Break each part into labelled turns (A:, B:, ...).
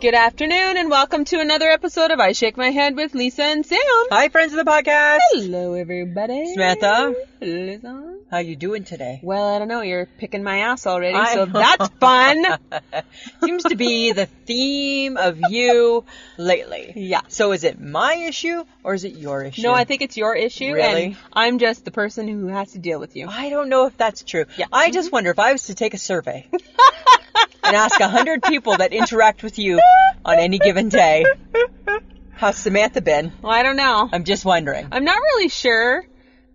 A: Good afternoon, and welcome to another episode of I Shake My Head with Lisa and Sam.
B: Hi, friends of the podcast.
A: Hello, everybody.
B: Samantha.
A: Lisa.
B: How you doing today?
A: Well, I don't know. You're picking my ass already,
B: I
A: so
B: know.
A: that's fun.
B: Seems to be the theme of you lately.
A: yeah.
B: So is it my issue or is it your issue?
A: No, I think it's your issue, and
B: Really?
A: I'm just the person who has to deal with you.
B: I don't know if that's true. I just
A: Mm-hmm.
B: wonder if I was to take a survey and ask a hundred people that interact with you on any given day, how's Samantha been?
A: Well, I don't know.
B: I'm just wondering.
A: I'm not really sure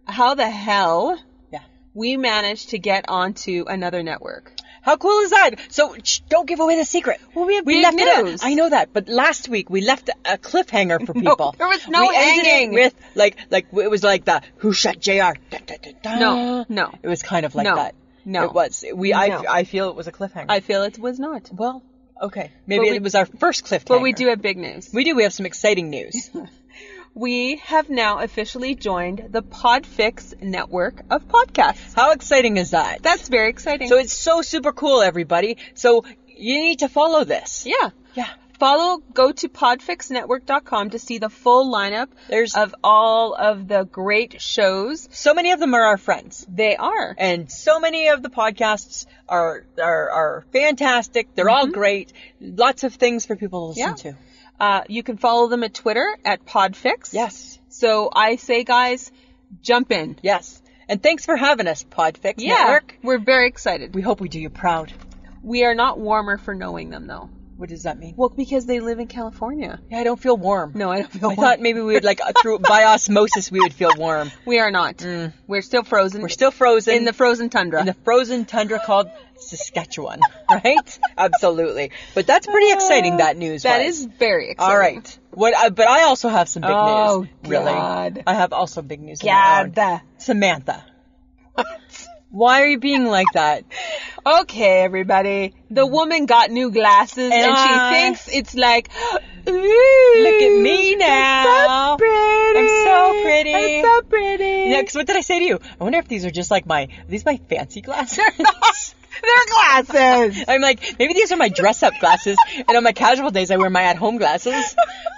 A: how the hell
B: Yeah.
A: we managed to get onto another network.
B: How cool is that? So shh, don't give away the secret.
A: Well, we have
B: we
A: big
B: left it.
A: news.
B: a- I know that, but last week we left a cliffhanger for people.
A: there was no
B: we ended it
A: hanging.
B: with like like it was like the who shot Jr. Da, da, da, da.
A: No, no.
B: It was kind of like
A: No,
B: that.
A: no.
B: it was. We I
A: No.
B: I feel it was a cliffhanger.
A: I feel it was not.
B: well, okay, maybe
A: But we-
B: it was our first cliffhanger.
A: But we do have big news.
B: we do. We have some exciting news.
A: We have now officially joined the Podfix network of podcasts.
B: How exciting is that?
A: That's very exciting.
B: so it's so super cool, everybody. So you need to follow this.
A: yeah.
B: Yeah.
A: Follow, go to podfixnetwork.com to see the full lineup
B: There's-
A: of all of the great shows.
B: So many of them are our friends.
A: They are.
B: and so many of the podcasts are are, are fantastic. They're all great. Lots of things for people to listen
A: Mm-hmm. Yeah.
B: to.
A: Uh, you can follow them at Twitter at Podfix.
B: Yes,
A: So I say, guys, jump in.
B: yes. And thanks for having us, Podfix Network.
A: We're very excited.
B: We hope we do you proud.
A: We are not warmer for knowing them, though.
B: What does that mean?
A: Well, because they live in California.
B: Yeah, I don't feel warm.
A: No, I don't feel
B: I thought maybe we would like uh, through by osmosis we would feel warm.
A: we are not. We're still frozen.
B: Mm. We're still frozen
A: in the frozen tundra.
B: in the frozen tundra called Saskatchewan, right? Absolutely. But that's pretty exciting. That news.
A: That
B: was.
A: is very exciting.
B: All right. What? I, but I also have some big
A: Oh,
B: news. Really,
A: God.
B: I have also big news. of my own.
A: God.
B: Samantha. Why are you being like that?
A: Okay, everybody. The woman got new glasses and,
B: I-
A: she thinks it's like, ooh,
B: Look at me
A: I'm so
B: now.
A: pretty.
B: I'm so pretty.
A: I'm so pretty.
B: Yeah, 'cause what did I say to you? I wonder if these are just like my are these my fancy glasses.
A: They're glasses.
B: I'm like maybe these are my dress up glasses, and on my casual days I wear my at home glasses,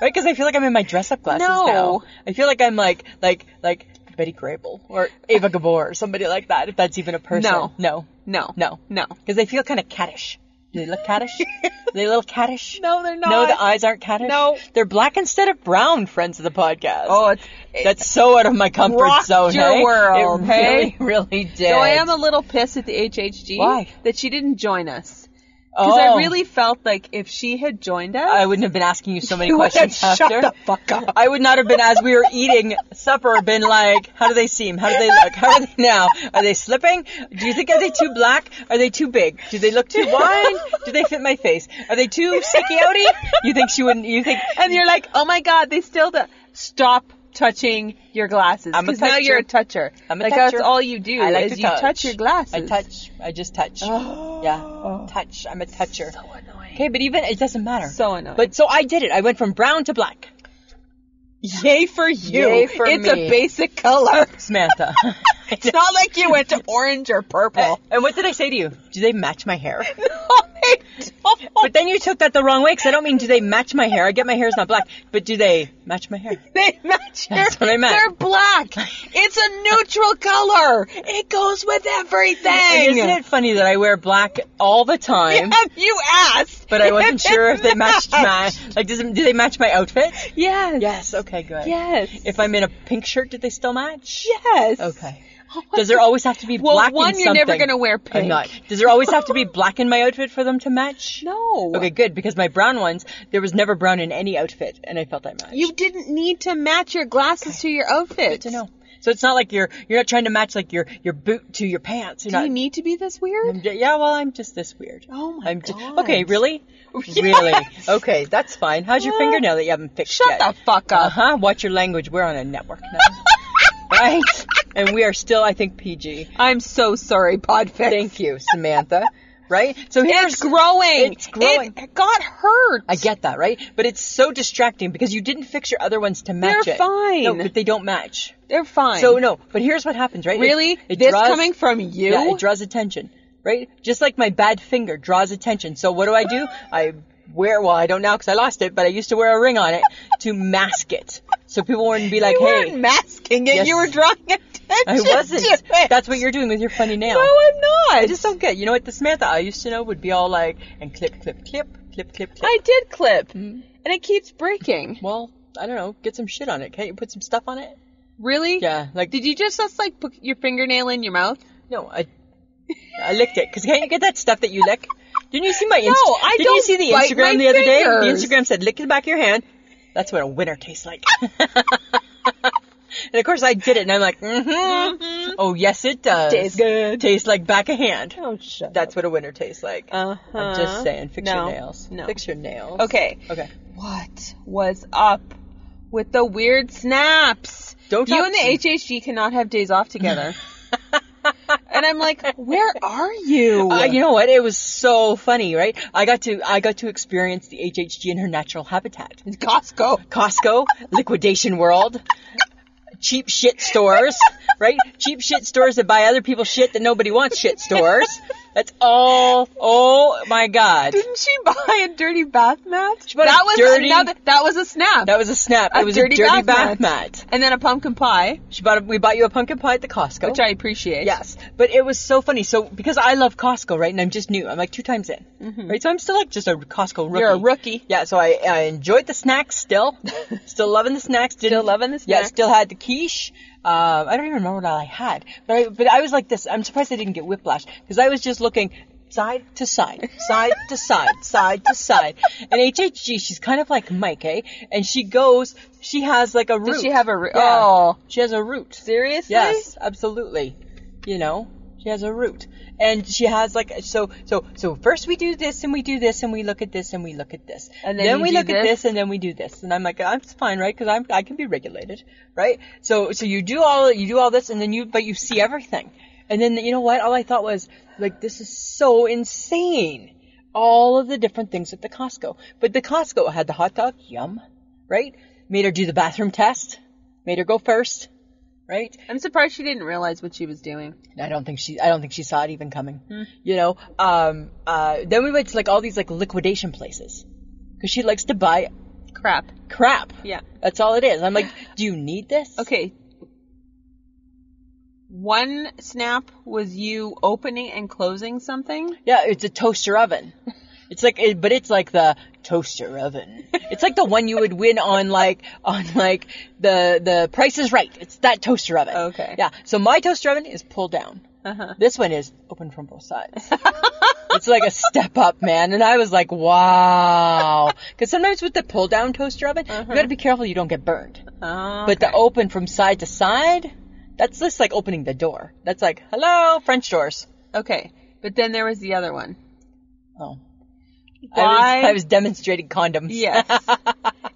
B: right? Because I feel like I'm in my dress up glasses
A: No.
B: now. I feel like I'm like like like Betty Grable or Ava Gabor or somebody like that. If that's even a person.
A: No.
B: no,
A: No.
B: no,
A: No.
B: because they feel kind of cattish. Do they look cattish? Are they a little cattish?
A: No, they're not.
B: No, the eyes aren't cattish.
A: No.
B: they're black instead of brown. Friends of the podcast.
A: Oh, it's.
B: that's so out of my comfort
A: rocked
B: zone.
A: your
B: hey?
A: world,
B: it
A: hey?
B: really, really did.
A: so I am a little pissed at the HHG
B: Why?
A: that she didn't join us. Because I
B: Oh.
A: really felt like if she had joined us,
B: I wouldn't have been asking you so many
A: You would have
B: questions
A: shut
B: after.
A: the fuck up.
B: I would not have been as we were eating supper, been like, how do they seem? How do they look? How are they now? Are they slipping? Do you think are they too black? Are they too big? Do they look too wide? Do they fit my face? Are they too sticky outy? You think she wouldn't? You think?
A: and you're like, oh my god, they still do. Stop touching your glasses
B: I'm a
A: because now you're a toucher.
B: I'm a
A: like that's
B: toucher.
A: all you do
B: I like
A: is
B: to
A: you touch.
B: touch.
A: your glasses.
B: I touch. I just touch.
A: Oh.
B: Yeah, touch. I'm a toucher.
A: So annoying.
B: Okay, but even it doesn't matter.
A: So annoying.
B: But so I did it. I went from brown to black.
A: yay for you.
B: Yay for
A: it's
B: me.
A: a basic color.
B: Samantha.
A: It's not like you went to orange or purple.
B: and what did I say to you? Do they match my hair?
A: No, they don't.
B: But then you took that the wrong way because I don't mean do they match my hair. I get my hair's not black, but do they match my hair?
A: They match your.
B: That's what I meant.
A: They're black. It's a neutral color. It goes with everything.
B: And isn't it funny that I wear black all the time,
A: And you asked,
B: but I wasn't sure if they matched my
A: matched.
B: like does it, do they match my outfit?
A: Yes.
B: Yes. Okay. Good.
A: Yes.
B: If I'm in a pink shirt, did they still match?
A: yes. Oh
B: Okay. Does there always have to be
A: Well,
B: black? in
A: one, you're never
B: something?
A: gonna wear pink.
B: I'm not. Does there always have to be black in my outfit for them to match?
A: No.
B: Okay, good because my brown ones, there was never brown in any outfit, and I felt that match.
A: You didn't need to match your glasses to your outfit.
B: to know. So it's not like you're you're not trying to match like your your boot to your pants. You're
A: Do
B: not.
A: you need to be this weird?
B: I'm ju- yeah, well, I'm just this weird.
A: Oh my
B: I'm ju-
A: God.
B: okay, really?
A: Yes.
B: Really? Okay, that's fine. How's your
A: Uh,
B: fingernail that you haven't fixed
A: Shut
B: yet?
A: the fuck
B: Uh
A: up.
B: huh. Watch your language. We're on a network now, right? And we are still, I think, PG.
A: I'm so sorry, Podfix.
B: Thank you, Samantha. Right? So here's
A: It's growing.
B: It's growing.
A: It got hurt.
B: I get that, right? But it's so distracting because you didn't fix your other ones to match
A: They're
B: it.
A: fine.
B: No, but they don't match.
A: They're fine.
B: So no, but here's what happens, right? It-
A: really,
B: it
A: this
B: draws-
A: coming from you?
B: Yeah, it draws attention, right? Just like my bad finger draws attention. So what do I do? I wear, well, I don't now because I lost it, but I used to wear a ring on it to mask it. So people wouldn't be like,
A: you
B: hey,
A: weren't masking it.
B: Yes.
A: You were drawing attention.
B: I wasn't.
A: To it.
B: That's what you're doing with your funny nail.
A: No, I'm not.
B: I just don't get. You know what? The Samantha I used to know would be all like, and clip, clip, clip, clip, clip, clip.
A: I did clip, and it keeps breaking.
B: well, I don't know. Get some shit on it. Can't you put some stuff on it?
A: Really?
B: Yeah, like
A: Did you just that's like put your fingernail in your mouth?
B: no, I, I licked it. Cause can't you get that stuff that you lick? Didn't you see my? Inst-
A: No, I
B: Didn't you
A: don't
B: see the
A: bite
B: Instagram
A: my
B: the other day? The
A: fingers.
B: Instagram said, "Lick the back of your hand." That's what a winner tastes like. and of course, I did it, and I'm like, mm-hmm. "Oh yes, it does.
A: Tastes good.
B: Tastes like back of hand."
A: Oh shit.
B: That's what a winter tastes like.
A: Uh-huh.
B: I'm just saying, fix
A: No.
B: your nails.
A: No.
B: Fix your nails.
A: Okay.
B: Okay.
A: What was up with the weird snaps?
B: Don't
A: you
B: talk-
A: and the HHG cannot have days off together. and I'm like, where are you?
B: Uh, you know what? It was so funny, right? I got to I got to experience the HHG in her natural habitat.
A: It's Costco.
B: Costco, liquidation world, cheap shit stores, right? Cheap shit stores that buy other people's shit that nobody wants shit stores. That's all. Oh my god.
A: Didn't she buy a dirty bath mat?
B: bought a
A: that was
B: dirty-
A: another. That was a snap.
B: That was a snap.
A: A
B: it was
A: dirty
B: a dirty
A: bath
B: bath
A: mat.
B: mat.
A: and then a pumpkin pie,
B: She bought a, we bought you a pumpkin pie at the Costco.
A: which I appreciate.
B: Yes, but it was so funny. So because I love Costco, right? And I'm just new. I'm like two times in, right? So I'm still like just Mm-hmm. a Costco rookie.
A: Mm. You're a rookie.
B: Yeah. So I, I enjoyed the snacks still, still loving the snacks. Didn't,
A: Still loving the
B: Yeah.
A: snacks.
B: Still had the quiche. Um, I don't even remember what all I had, but I, but I was like this. I'm surprised I didn't get whiplash because I was just looking side to side, side to side, side to side. And HHG, she's kind of like Mike, eh? And she goes, she has like a root.
A: she have a root?
B: Yeah.
A: Oh.
B: she has a root.
A: Seriously?
B: Yes, absolutely. You know, she has a root, and she has like so so so. First we do this, and we do this, and we look at this, and we look at this,
A: And then you
B: we
A: do
B: look at
A: this.
B: this, and then we do this. And I'm like, I'm it's fine, right? Because I'm I can be regulated, right? So so you do all you do all this, and then you but you see everything, and then you know what? All I thought was like, this is so insane. All of the different things at the Costco, but the Costco had the hot dog, yum, right? Made her do the bathroom test, made her go first, right?
A: I'm surprised she didn't realize what she was doing.
B: I don't think she I don't think she saw it even coming.
A: Hmm.
B: You know, um uh then we went to like all these like liquidation places cuz she likes to buy
A: Crap.
B: crap.
A: Yeah.
B: That's all it is. I'm like, "Do you need this?"
A: Okay. One snap was you opening and closing something.
B: Yeah, it's a toaster oven. It's like it, but it's like the toaster oven. It's like the one you would win on like on like the the price is right. It's that toaster oven.
A: Okay.
B: Yeah. So my toaster oven is pulled down.
A: Uh-huh.
B: This one is open from both sides. it's like a step up, man. And I was like, wow. Because sometimes with the pull down toaster oven,
A: Uh-huh.
B: you got to be careful you don't get burned.
A: Oh,
B: But the open from side to side, that's just like opening the door. That's like, hello, French doors.
A: okay. But then there was the other one.
B: Oh. I,
A: Why?
B: was, I was demonstrating condoms.
A: Yes.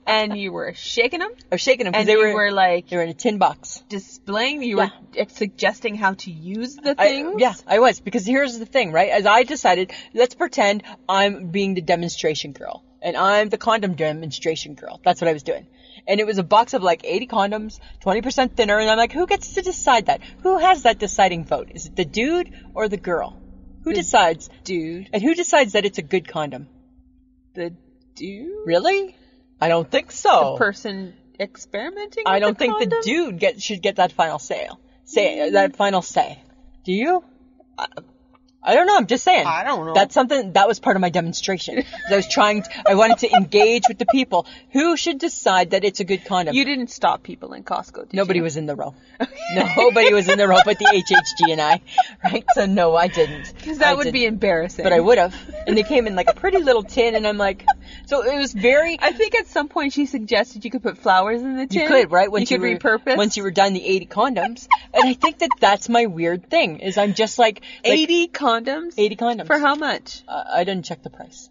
A: and you were shaking them,
B: I was shaking them because
A: and
B: they
A: you
B: were,
A: were, like
B: they were in a tin box.
A: displaying. You were suggesting how to use the
B: I-
A: things.
B: yeah, I was because here's the thing, right? As I decided, let's pretend I'm being the demonstration girl and I'm the condom demonstration girl. That's what I was doing. And it was a box of like 80 condoms, 20% thinner, and I'm like, who gets to decide that? Who has that deciding vote? Is it the dude or the girl? Who decides?
A: dude.
B: And who decides that it's a good condom?
A: The dude.
B: Really? I don't think so.
A: The person experimenting.
B: Oh. I
A: with
B: don't
A: the
B: think
A: condom?
B: the dude get should get that final say. Say uh, that final say. Do you? I, I don't know. I'm just saying.
A: I don't know.
B: That's something that was part of my demonstration. 'Cause I was trying. To, I wanted to engage with the people who should decide that it's a good condom.
A: You didn't stop people in Costco. Did
B: Nobody
A: you?
B: was in the row. Nobody was in the row but the HHG and I, right? So no, I didn't.
A: Because that
B: I
A: would
B: didn't.
A: be embarrassing.
B: But I would have. And they came in like a pretty little tin, and I'm like, so it was very.
A: I think at some point she suggested you could put flowers in the tin.
B: You could, right?
A: you could
B: were,
A: repurpose.
B: Once you were done the 80 condoms. and I think that that's my weird thing, is I'm just like, like
A: 80 condoms.
B: 80 condoms.
A: For how much?
B: Uh, I didn't check the price.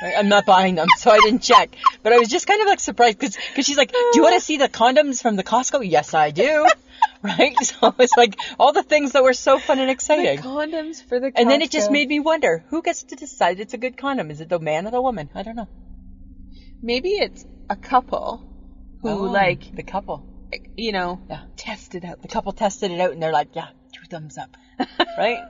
B: Right? I'm not buying them, so I didn't check. But I was just kind of like surprised because she's like, "Do you want to see the condoms from the Costco?" Yes, I do. right? So it's like all the things that were so fun and exciting.
A: Condoms for the
B: and then it just made me wonder who gets to decide it's a good condom? Is it the man or the woman? I don't know.
A: Maybe it's a couple who,
B: Oh,
A: like,
B: the couple?
A: you know,
B: Yeah.
A: tested out.
B: The couple tested it out and they're like, "Yeah, two thumbs up." right?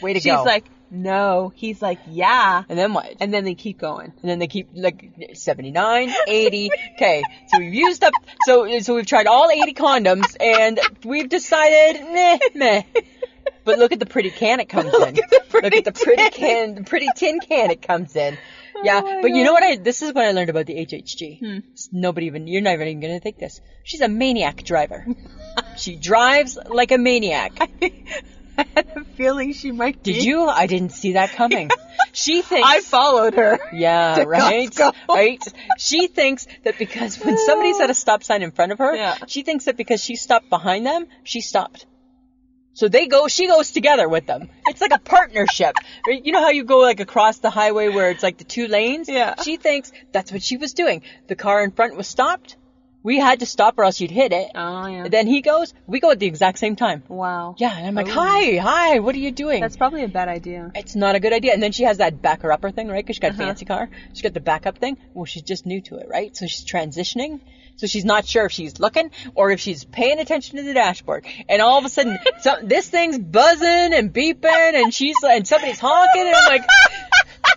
B: Way to
A: She's
B: go.
A: like, no. He's like, yeah.
B: And then what?
A: And then they keep going.
B: And then they keep like 79, 80. Okay, so we've used up. So so we've tried all 80 condoms, and we've decided meh meh. But look at the pretty can it comes in.
A: at the
B: look at the
A: pretty
B: pretty can, the pretty tin can it comes in. Yeah,
A: Oh my
B: but you
A: God. Hmm.
B: know what? I this is what I learned about the HHG. S- Nobody even you're not even gonna think this. She's a maniac driver. she drives like a maniac.
A: I had a feeling she might.
B: Did
A: be.
B: you? I didn't see that coming. She thinks
A: I followed her.
B: yeah,
A: to
B: right.
A: Costco.
B: Right. She thinks that because when somebody's at a stop sign in front of her,
A: Yeah.
B: she thinks that because she stopped behind them, she stopped. So they go, she goes together with them. It's like a partnership. Right? You know how you go like across the highway where it's like the two lanes?
A: Yeah.
B: She thinks that's what she was doing. The car in front was stopped. We had to stop or else you'd hit it.
A: Oh yeah.
B: Then he goes, we go at the exact same time.
A: wow.
B: Yeah, and I'm like,
A: Oh.
B: hi, hi, what are you doing?
A: That's probably a bad idea.
B: it's not a good idea. And then she has that back her upper thing, right? Because she got
A: Uh-huh.
B: a fancy car. She got the backup thing. Well, she's just new to it, right? So she's transitioning. So she's not sure if she's looking or if she's paying attention to the dashboard. And all of a sudden, so, this thing's buzzing and beeping, and she's and somebody's honking, and I'm like,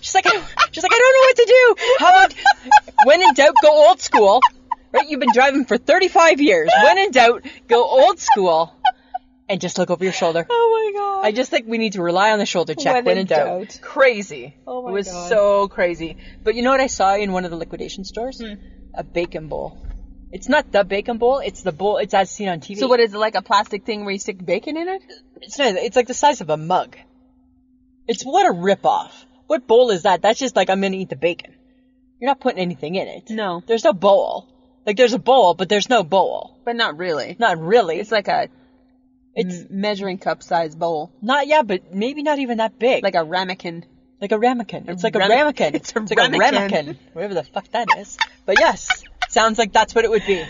B: she's like, I- she's like, I don't know what to do. How about when in doubt, go old school, right? You've been driving for 35 years. When in doubt, go old school, and just look over your shoulder.
A: Oh my god.
B: I just think we need to rely on the shoulder check
A: When
B: when,
A: in
B: in doubt.
A: doubt.
B: Crazy.
A: Oh my
B: it was
A: God.
B: so crazy. But you know what I saw in one of the liquidation stores?
A: Hmm.
B: A bacon bowl. It's not the bacon bowl. It's the bowl. It's as seen on TV.
A: So what is it like a plastic thing where you stick bacon in it?
B: It's not. It's like the size of a mug. It's what a ripoff. What bowl is that? That's just like I'm gonna eat the bacon. You're not putting anything in it.
A: No.
B: There's no bowl. Like there's a bowl, but there's no bowl.
A: But not really.
B: Not really.
A: It's like a
B: It's-
A: m- measuring cup size bowl,
B: not yeah, but maybe not even that big.
A: like a ramekin.
B: Like a ramekin. It's like
A: rami-
B: a ramekin.
A: It's a
B: like a
A: ramekin.
B: ramekin. Whatever the fuck that is. But yes, sounds like that's what it would be.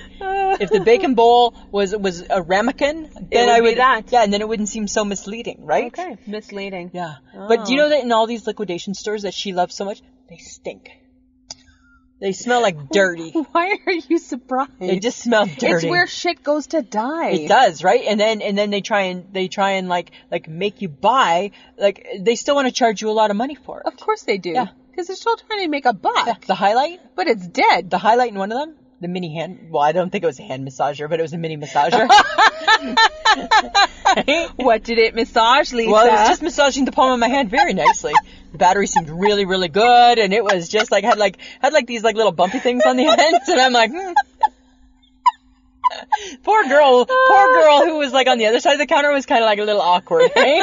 B: If the bacon bowl was was a ramekin, then
A: would
B: I
A: be
B: would
A: that.
B: yeah, and then it wouldn't seem so misleading, right?
A: Okay, Oh. misleading.
B: Yeah. But do you know that in all these liquidation stores that she loves so much, they stink. They smell like dirty.
A: Why are you surprised?
B: they just smell dirty.
A: It's where shit goes to die.
B: It does, right? And then and then they try and they try and like like make you buy like they still want to charge you a lot of money for it.
A: Of course they do.
B: Yeah.
A: Because they're still trying to make a buck,
B: The highlight
A: but it's dead.
B: the highlight in one of them, the mini hand. Well, I don't think it was a hand massager, but it was a mini massager.
A: what did it massage, Lisa?
B: well, it was just massaging the palm of my hand very nicely. The battery seemed really, really good, and it was just like had like had like these like little bumpy things on the ends, and I'm like. Hmm. Poor girl, poor girl who was like on the other side of the counter was kind of like a little awkward, right?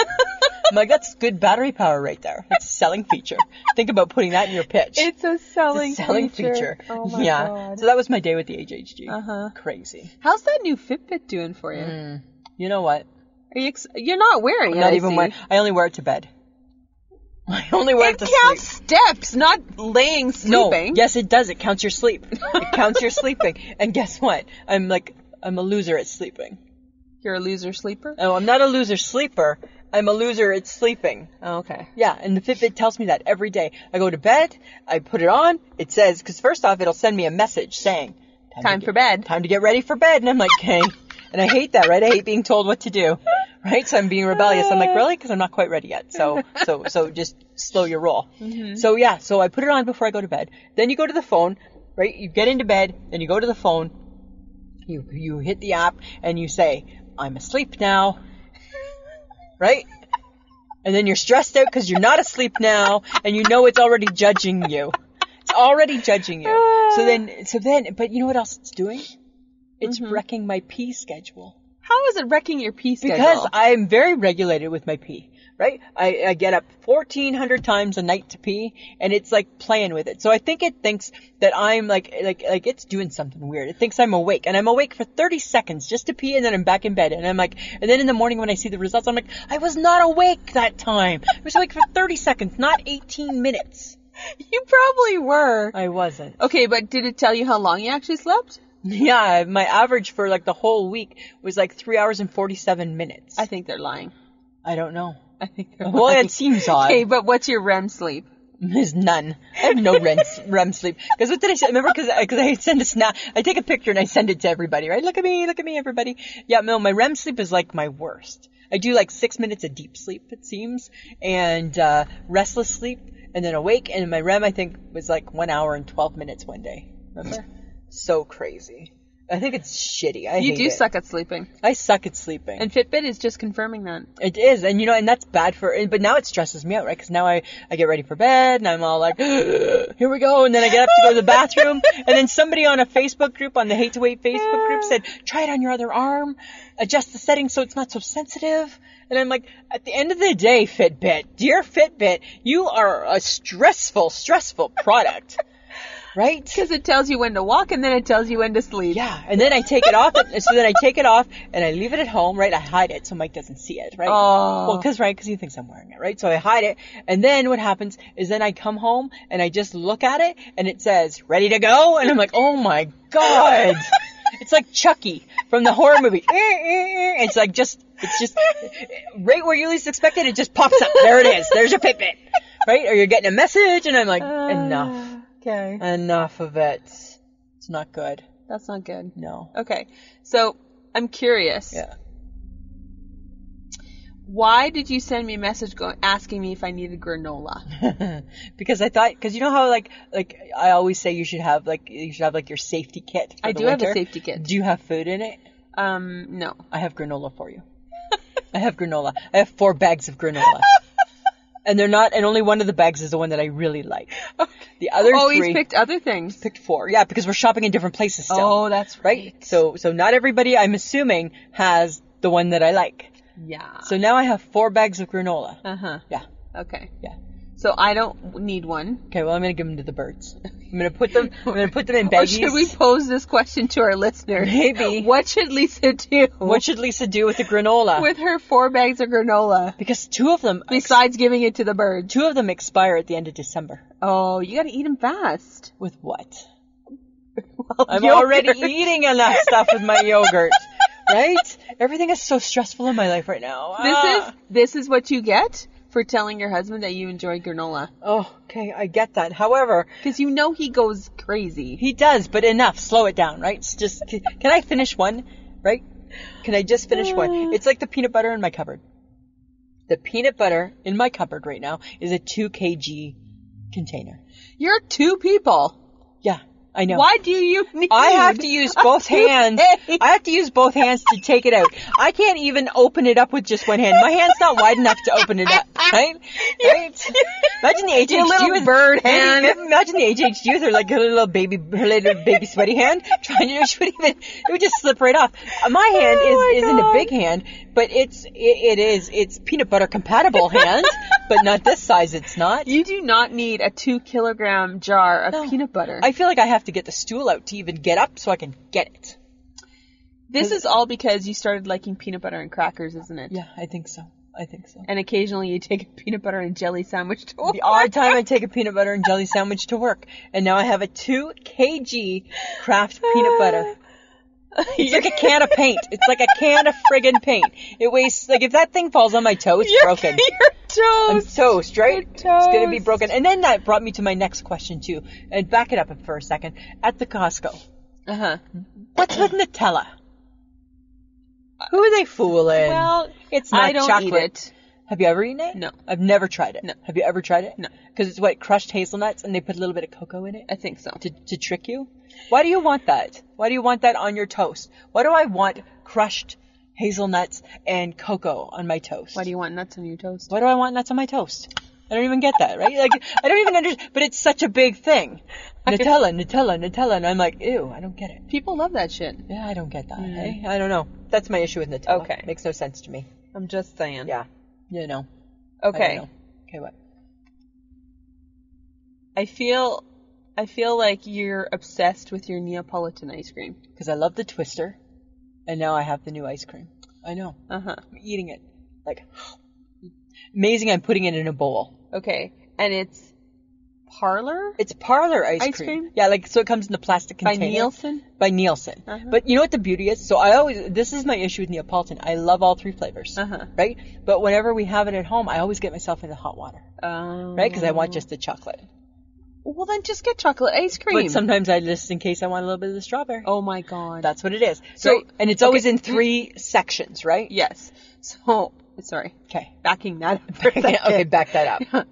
B: I'm like, that's good battery power right there. That's a selling feature. Think about putting that in your pitch.
A: it's a
B: It's
A: selling,
B: a selling feature.
A: Oh my
B: yeah.
A: god.
B: So that was my day with the HHG.
A: Uh-huh.
B: Crazy.
A: How's that new Fitbit doing for you?
B: You know what?
A: Are you ex- you're not wearing it.
B: not
A: I
B: even
A: see.
B: wear. Mm. I only wear it to bed. I only wear
A: It
B: it, to
A: counts
B: sleep.
A: steps, not laying
B: No,
A: sleeping.
B: yes, it does. It counts your sleep. It counts your sleeping. And guess what? I'm like, I'm a loser at sleeping.
A: You're a loser sleeper.
B: No, I'm not a loser sleeper. I'm a loser at sleeping.
A: Oh, okay.
B: Yeah, and the Fitbit tells me that every day. I go to bed, I put it on, it says, because first off, it'll send me a message saying, to
A: Time
B: get-
A: for bed.
B: Time to get ready for bed. And I'm like, okay. And I hate that, right? I hate being told what to do, right? So I'm being rebellious. I'm like, really? Because I'm not quite ready yet. So, so, so just slow your roll.
A: Mm-hmm.
B: So yeah, so I put it on before I go to bed. Then you go to the phone, right? You get into bed, then you go to the phone, you, you hit the app and you say, I'm asleep now, right? And then you're stressed out because you're not asleep now and you know it's already judging you. It's already judging you. So then, so then, but you know what else it's doing? It's wrecking my pee schedule
A: How is it wrecking your pee schedule?
B: because I'm very regulated with my pee, right? I, I get up 1400 times a night to pee and it's like playing with it. So I think it thinks that I'm like, like, like it's doing something weird. It thinks I'm awake and I'm awake for 30 seconds just to pee and then I'm back in bed and I'm like, and then in the morning when I see the results, I'm like, I was not awake that time. I was awake for 30 seconds, not 18 minutes.
A: you probably were.
B: I wasn't.
A: Okay, but did it tell you how long you actually slept?
B: Yeah, my average for like the whole week was like three hours and 47 minutes.
A: I think they're lying.
B: I don't know.
A: I think they're
B: Well,
A: lying.
B: it seems odd.
A: Okay, but what's your REM sleep?
B: There's none. I have no REM, s- REM sleep. Because what did I say? Remember, because I, 'cause I send a snap, I take a picture and I send it to everybody, right? Look at me, look at me, everybody. Yeah, no, my REM sleep is like my worst. I do like six minutes of deep sleep, it seems, and uh, restless sleep, and then awake. And my REM, I think, was like one hour and 12 minutes one day. Remember? so crazy. I think it's shitty. I
A: You
B: hate
A: do
B: it.
A: suck at sleeping.
B: I suck at sleeping.
A: And Fitbit is just confirming that.
B: It is, and you know, and that's bad for. But now it stresses me out, right? Because now I I get ready for bed, and I'm all like, here we go, and then I get up to go to the bathroom, and then somebody on a Facebook group, on the Hate to Wait Facebook group, said, try it on your other arm, adjust the settings so it's not so sensitive, and I'm like, at the end of the day, Fitbit, dear Fitbit, you are a stressful, stressful product, right?
A: Because it tells you when to walk and then it tells you when to sleep.
B: Yeah, and then I take it off. and- So then I take it off and I leave it at home, right? I hide it so Mike doesn't see it, right?
A: Oh.
B: Well, because right, because he thinks I'm wearing it, right? So I hide it, and then what happens is then I come home and I just look at it, and it says "ready to go," and I'm like, "Oh my god!" it's like Chucky from the horror movie. Eh, eh, eh. It's like just, it's just right where you least expect it. It just pops up. There it is. There's your Fitbit, right? Or you're getting a message, and I'm like,
A: Uh.
B: enough, Uh,
A: Okay.
B: enough of it. It's not good.
A: That's not good.
B: No.
A: Okay. So I'm curious.
B: Yeah.
A: Why did you send me a message going asking me if I needed granola?
B: because I thought, because you know how like like I always say you should have like you should have like your safety kit. For
A: I
B: the
A: do have a
B: winter.
A: safety kit.
B: Do you have food in it?
A: Um, no.
B: I have granola for you. I have granola. I have four bags of granola, and they're not. And only one of the bags is the one that I really like. The other
A: Always
B: three
A: Oh, picked other things.
B: picked four. Yeah, because we're shopping in different places still.
A: oh, that's right.
B: right. So so not everybody I'm assuming has the one that I like.
A: yeah.
B: So now I have four bags of granola.
A: uh huh.
B: Yeah.
A: Okay.
B: Yeah.
A: So I don't need one.
B: Okay, well I'm gonna give them to the birds. I'm gonna put them. I'm gonna put them in
A: Or
B: baggies.
A: Oh, should we pose this question to our listeners?
B: Maybe.
A: What should Lisa do
B: What should Lisa do with the granola?
A: with her four bags of granola
B: because two of them,
A: besides giving it to the birds?
B: two of them expire at the end of December.
A: Oh, you got to eat them fast.
B: With what?
A: Well,
B: I'm
A: Oh, yogurt.
B: already eating enough stuff with my yogurt, right? Everything is so stressful in my life right now.
A: This
B: Ah.
A: is this is what you get for telling your husband that you enjoy granola
B: Oh, okay, I get that. However,
A: because you know he goes crazy.
B: he does, but enough. Slow it down, right? It's just can I finish one, right? Can I just finish one? It's like the peanut butter in my cupboard. The peanut butter in my cupboard right now is a two kg container.
A: You're two people.
B: Yeah, I know.
A: Why do you need?
B: I have to use both hands. I have to use both hands to take it out. I can't even open it up with just one hand. My hand's not wide enough to open it up, right? Right? Imagine the
A: Your
B: HHG
A: little
B: with-
A: bird hand.
B: Imagine the HHG with her like her little baby, her little baby sweaty hand trying to. She would even. It would just slip right off. My hand is
A: Oh my
B: isn't
A: God.
B: a big hand, but it's it, it is it's peanut butter compatible hand, but not this size. It's not.
A: You do not need a two kilogram jar of
B: No.
A: peanut butter.
B: I feel like I have to get the stool out to even get up so I can get it.
A: this is all because you started liking peanut butter and crackers, isn't it?
B: Yeah, I think so. I think so.
A: And occasionally you take a peanut butter and jelly sandwich to
B: The odd time I take a peanut butter and jelly sandwich to work, and now I have a two kg craft peanut butter. It's like a can of paint. It's like a can of friggin' paint. It weighs like if that thing falls on my toe, it's
A: You're,
B: broken.
A: you're
B: I'm
A: toast.
B: toast, right? It's
A: You're
B: gonna be
A: toast.
B: broken. And then that brought me to my next question too. And back it up for a second. At the Costco,
A: Uh huh.
B: what's with Nutella? Who are they fooling?
A: Well,
B: it's not
A: I don't
B: chocolate.
A: eat it.
B: Have you ever eaten it?
A: No.
B: I've never tried it.
A: No.
B: Have you ever tried it?
A: No.
B: Because it's what crushed hazelnuts, and they put a little bit of cocoa in it
A: I think so.
B: to, to trick you. Why do you want that? Why do you want that on your toast? Why do I want crushed hazelnuts and cocoa on my toast?
A: Why do you want nuts on your toast?
B: Why do I want nuts on my toast? I don't even get that, right? Like I don't even understand. But it's such a big thing. Nutella, Nutella, Nutella, and I'm like, ew, I don't get it.
A: People love that shit.
B: Yeah, I don't get that. eh? I don't know. That's my issue with Nutella.
A: Mm. Okay.
B: makes no sense to me.
A: I'm just saying.
B: Yeah, you know. I don't
A: Okay.
B: know. Okay, what?
A: I feel I feel like you're obsessed with your Neapolitan ice cream.
B: because I love the Twister, and now I have the new ice cream. I know.
A: Uh huh.
B: I'm eating it. Like, amazing. I'm putting it in a bowl.
A: Okay. And it's Parlor
B: It's parlor ice,
A: Ice
B: cream.
A: cream?
B: Yeah, like, so it comes in the plastic
A: by
B: container.
A: Nielsen.
B: By Nielsen.
A: Uh-huh.
B: But you know what the beauty is? So I always, this is my issue with Neapolitan. I love all three flavors.
A: Uh-huh.
B: Right? But whenever we have it at home, I always get myself into hot water.
A: Um,
B: Right? Because I want just the chocolate.
A: Well, then just get chocolate ice cream.
B: But sometimes I just, in case I want a little bit of the strawberry.
A: oh my god.
B: That's what it is.
A: So-
B: So, and it's
A: okay.
B: always in three sections, right?
A: yes. So sorry,
B: Okay.
A: backing that up for a second.
B: okay, back that up.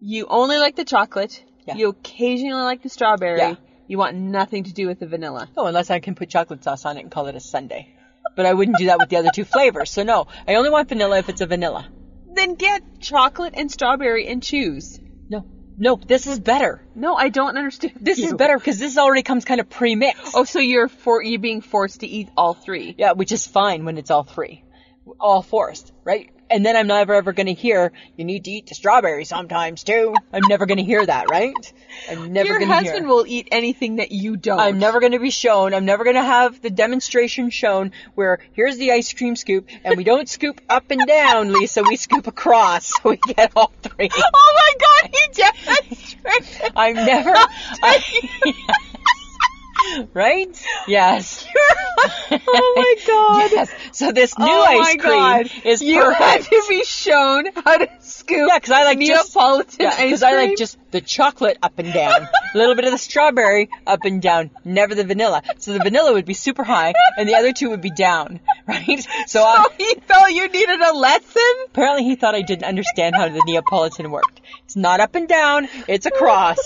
A: You only like the chocolate.
B: Yeah.
A: You occasionally like the strawberry.
B: Yeah.
A: You want nothing to do with the vanilla.
B: Oh, unless I can put chocolate sauce on it and call it a sundae. But I wouldn't do that with the other two flavors. So no, I only want vanilla if it's a vanilla.
A: Then get chocolate and strawberry and choose.
B: No, no, this is better.
A: No, I don't understand.
B: This is
A: you.
B: better because this already comes kind of pre-mixed.
A: Oh, so you're for you being forced to eat all three.
B: Yeah, which is fine when it's all three, all forced, right? And then I'm never ever going to hear you need to eat the strawberry sometimes too. I'm never going to hear that, right? I'm never
A: Your
B: going to hear.
A: husband will eat anything that you don't.
B: I'm never going to be shown. I'm never going to have the demonstration shown where here's the ice cream scoop, and we don't scoop up and down, Lisa. We scoop across, so we get all three.
A: Oh my god, he demonstrated.
B: I'm never. I- right? Yes.
A: oh my god.
B: Yes. So this new
A: oh my
B: ice cream
A: god.
B: is
A: you had
B: perfect.
A: to be shown how to scoop.
B: Yeah, because I like just
A: Neapolitan
B: yeah,
A: ice
B: 'cause I like
A: cream.
B: just the chocolate up and down, a little bit of the strawberry up and down, never the vanilla. So the vanilla would be super high, and the other two would be down, right? So I,
A: Oh, he felt you needed a lesson.
B: apparently he thought I didn't understand how the Neapolitan worked. It's not up and down; it's across.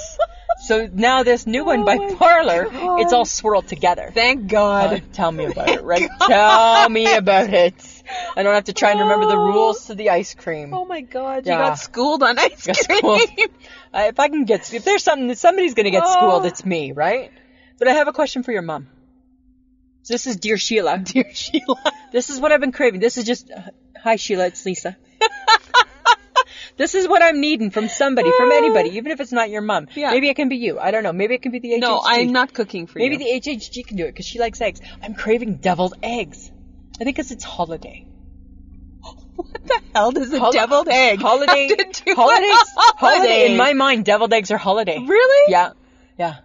B: So now this new one by
A: Oh my
B: Parlor,
A: God.
B: it's all swirled together.
A: Thank God.
B: God, tell me about it, right? Tell me about it. I don't have to try and remember the
A: Oh.
B: rules to the ice cream.
A: Oh my God,
B: Yeah.
A: you got schooled on ice
B: Got
A: cream.
B: schooled. I, Uh, if I can get, if there's something that somebody's going to get schooled,
A: Oh.
B: it's me, right? But I have a question for your mom. This is dear Sheila. Dear Sheila. This is what I've been craving. This is just, uh, hi Sheila, it's Lisa. this is what I'm needing from somebody, from anybody, even if it's not your mom.
A: Yeah.
B: Maybe it can be you. I don't know. Maybe it can be the HHG.
A: No, I'm not cooking for
B: Maybe
A: you.
B: the HHG can do it because she likes eggs. I'm craving deviled eggs. I think 'cause it's holiday.
A: what the hell does a
B: Hol-
A: deviled egg
B: Holiday.
A: have to do with
B: holidays. Holiday.
A: holiday?
B: In my mind, deviled eggs are holiday.
A: Really?
B: Yeah. Yeah.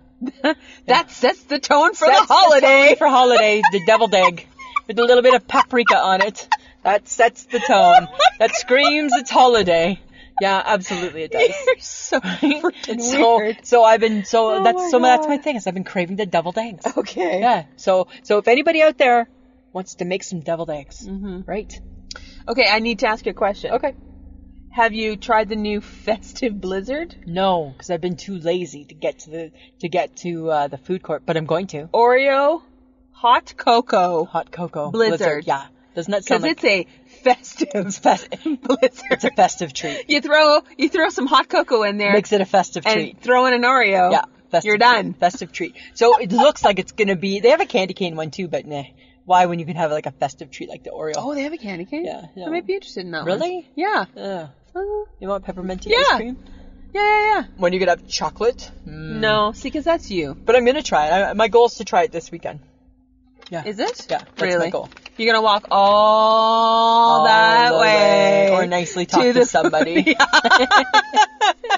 A: That sets the tone for
B: That's
A: the holiday.
B: tone for holiday, the deviled egg with a little bit of paprika on it. That sets the tone. That screams it's holiday. Yeah, absolutely it does.
A: You're so freaking
B: so,
A: weird.
B: so I've been so
A: Oh
B: that's
A: my
B: so that's my
A: God.
B: thing is I've been craving the deviled eggs.
A: Okay.
B: Yeah. So so if anybody out there wants to make some deviled eggs,
A: Mm-hmm.
B: right?
A: Okay, I need to ask you a question.
B: Okay.
A: Have you tried the new festive blizzard?
B: No, because I've been too lazy to get to the to get to uh, the food court, but I'm going to.
A: Oreo hot cocoa.
B: Hot cocoa
A: Blizzard.
B: Yeah. Doesn't that sound
A: Because it's
B: like
A: a festive
B: festive?
A: blizzard.
B: It's a festive treat.
A: You throw you throw some hot cocoa in there
B: Makes it a festive
A: and
B: treat.
A: throw in an Oreo.
B: Yeah, festive,
A: You're done.
B: Festive treat. So it looks like it's gonna be. They have a candy cane one too, but nah. Why when you can have like a festive treat like the Oreo?
A: Oh, they have a candy cane.
B: Yeah, yeah.
A: I might be interested in that. One.
B: Really?
A: Yeah.
B: Ugh.
A: Uh,
B: you want peppermint ice
A: Yeah.
B: cream?
A: yeah, yeah, yeah.
B: When you could have chocolate. Mm.
A: No, see, because that's you.
B: But I'm gonna try it. I, my goal is to try it this weekend. Yeah.
A: Is it?
B: Yeah, that's my
A: really.
B: goal.
A: You're gonna walk all,
B: All
A: that
B: the
A: way,
B: or nicely talk to,
A: the-
B: somebody,
A: and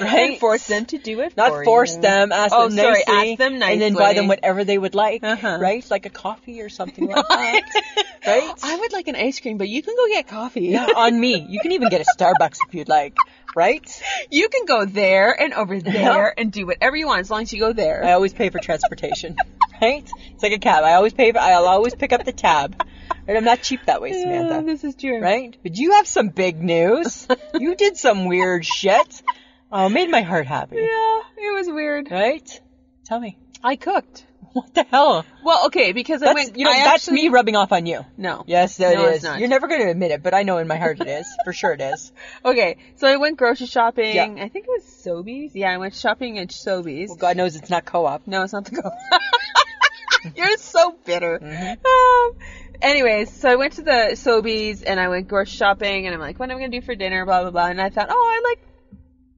B: right?
A: force them to do it.
B: Not
A: for
B: force
A: you.
B: them, ask
A: Oh,
B: them
A: sorry,
B: nicely,
A: ask them
B: and then buy them
A: nicely.
B: whatever they would like,
A: Uh-huh.
B: right? Like a coffee or something like that, right?
A: I would like an ice cream, but you can go get coffee.
B: Yeah, on me. You can even get a Starbucks if you'd like, right?
A: you can go there and over there and do whatever you want as long as you go
B: I
A: there.
B: always pay for transportation, right? It's like a cab. I always pay. For, I'll always pick up the tab, and I'm not cheap that way,
A: Yeah,
B: Samantha.
A: this is true.
B: Right? But you have some big news. You did some weird shit. Oh, made my heart happy.
A: Yeah, it was weird.
B: Right? Tell me,
A: I cooked.
B: what the hell?
A: Well, okay, because I
B: That's
A: went.
B: you know
A: I
B: that's
A: actually,
B: me rubbing off on you.
A: No.
B: Yes, that
A: No, it's
B: is.
A: not.
B: You're never going to admit it, but I know in my heart it is. For sure, it is.
A: Okay, so I went grocery shopping.
B: Yeah.
A: I think it was Sobeys. Yeah, I went shopping at Sobeys.
B: Well, God knows it's not co-op.
A: No, it's not the go. You're so bitter. Um, anyways, so I went to the Sobeys and I went grocery shopping and I'm like, what am I gonna do for dinner? Blah blah blah. And I thought, oh, I like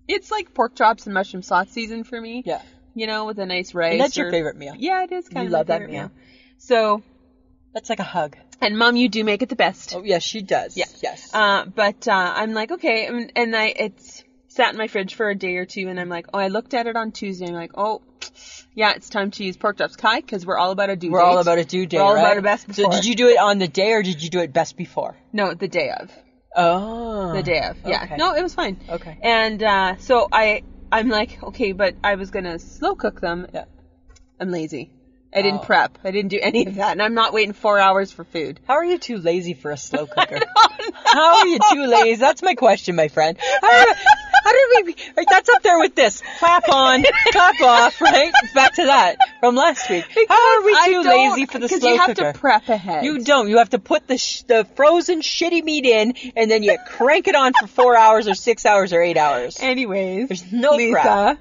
A: it's like pork chops and mushroom sauce season for me.
B: Yeah,
A: You know, with a nice rice.
B: and that's your
A: or-
B: favorite meal.
A: Yeah, it is kind
B: You
A: of my
B: love that
A: favorite
B: meal.
A: So,
B: That's like a hug.
A: and mom, you do make it the best.
B: Oh yes, she does.
A: Yeah.
B: Yes. Um,
A: Uh, but uh, I'm like, okay, and, and I it's sat in my fridge for a day or two, and I'm like, oh, I looked at it on Tuesday. I'm like, oh, yeah, it's time to use pork chops, Kai, because we're all about a due
B: We're
A: date.
B: all about a due date.
A: We're all
B: right?
A: about a best before.
B: So did you do it on the day or did you do it best before?
A: No, the day of.
B: Oh.
A: The day of. Yeah.
B: Okay.
A: No, it was fine.
B: Okay.
A: And uh, so I I'm like, okay, but I was gonna slow cook them.
B: Yeah.
A: I'm lazy. I didn't
B: Oh.
A: prep. I didn't do any of that, and I'm not waiting four hours for food.
B: How are you too lazy for a slow cooker? How are you too lazy? That's my question, my friend. How, are- how did we? Right, that's up there with this. Clap on, clap off. Right, it's back to that from last week. how are we
A: I
B: too
A: don't-
B: lazy for the slow
A: you have
B: cooker?
A: to prep ahead.
B: you don't. You have to put the sh- the frozen shitty meat in, and then you crank it on for four hours or six hours or eight hours.
A: Anyways,
B: There's no
A: Lisa,
B: prep.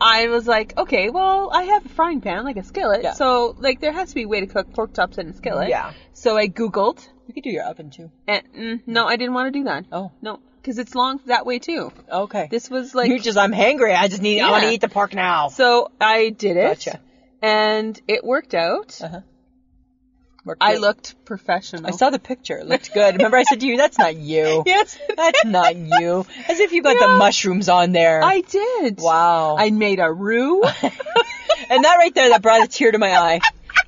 A: I was like, okay, well, I have a frying pan, like a skillet,
B: Yeah.
A: so like there has to be a way to cook pork chops in a skillet.
B: Yeah.
A: So I Googled,
B: You could do your oven too.
A: and mm, no, I didn't want to do that.
B: Oh,
A: No, because it's long that way too.
B: okay.
A: This was like
B: You're just. I'm hungry. I just need. I want to
A: Yeah.
B: eat the pork now.
A: so I did it,
B: Gotcha.
A: and it worked out.
B: Uh-huh. Worked
A: I
B: it.
A: looked professional.
B: I saw the picture. It looked good. Remember, I said to you, "That's not you.
A: Yes,
B: That's not you." As if you got the
A: Yeah.
B: mushrooms on there.
A: I did.
B: wow.
A: I made a roux.
B: and that right there, that brought a tear to my eye.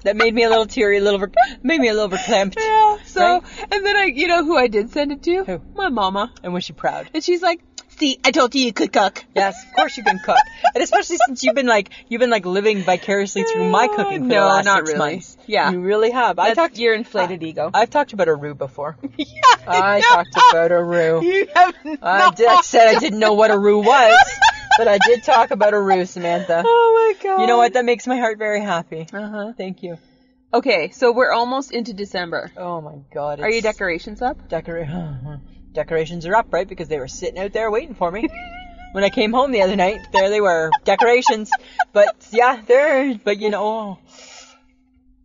B: That made me a little teary, a little ver- made me a little verklempt.
A: yeah. So,
B: Right.
A: and then I, you know, who I did send it to?
B: Who?
A: My mama.
B: And was she proud?
A: And she's like, "See, I told you you could cook."
B: Yes, of course you can cook, and especially since you've been like you've been like living vicariously through my cooking for the
A: No,
B: last
A: not
B: six
A: really.
B: months.
A: Yeah.
B: you really have. I
A: That's
B: talked
A: your inflated ego.
B: I've talked about a roux before.
A: yeah,
B: I
A: know.
B: talked about a roux.
A: You have
B: I,
A: not. Oh
B: did, I said I didn't know what a roux was, but I did talk about a roux, Samantha.
A: Oh my god.
B: You know what? That makes my heart very happy.
A: Uh huh.
B: Thank you.
A: Okay, so we're almost into December.
B: Oh my God.
A: Are your
B: it's-
A: decorations up?
B: decora- decorations are up, right? Because they were sitting out there waiting for me. when I came home the other night, there they were, decorations. But yeah, they're. But you know,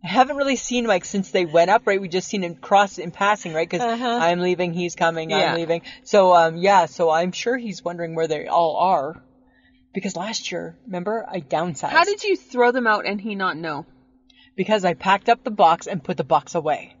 B: I haven't really seen like since they went up, right? We just seen him cross in passing, right? Because
A: Uh-huh.
B: I'm leaving, he's coming,
A: Yeah.
B: I'm leaving. So um, yeah, so I'm sure he's wondering where they all are. Because last year, remember, I downsized.
A: How did you throw them out and he not know?
B: because I packed up the box and put the box away.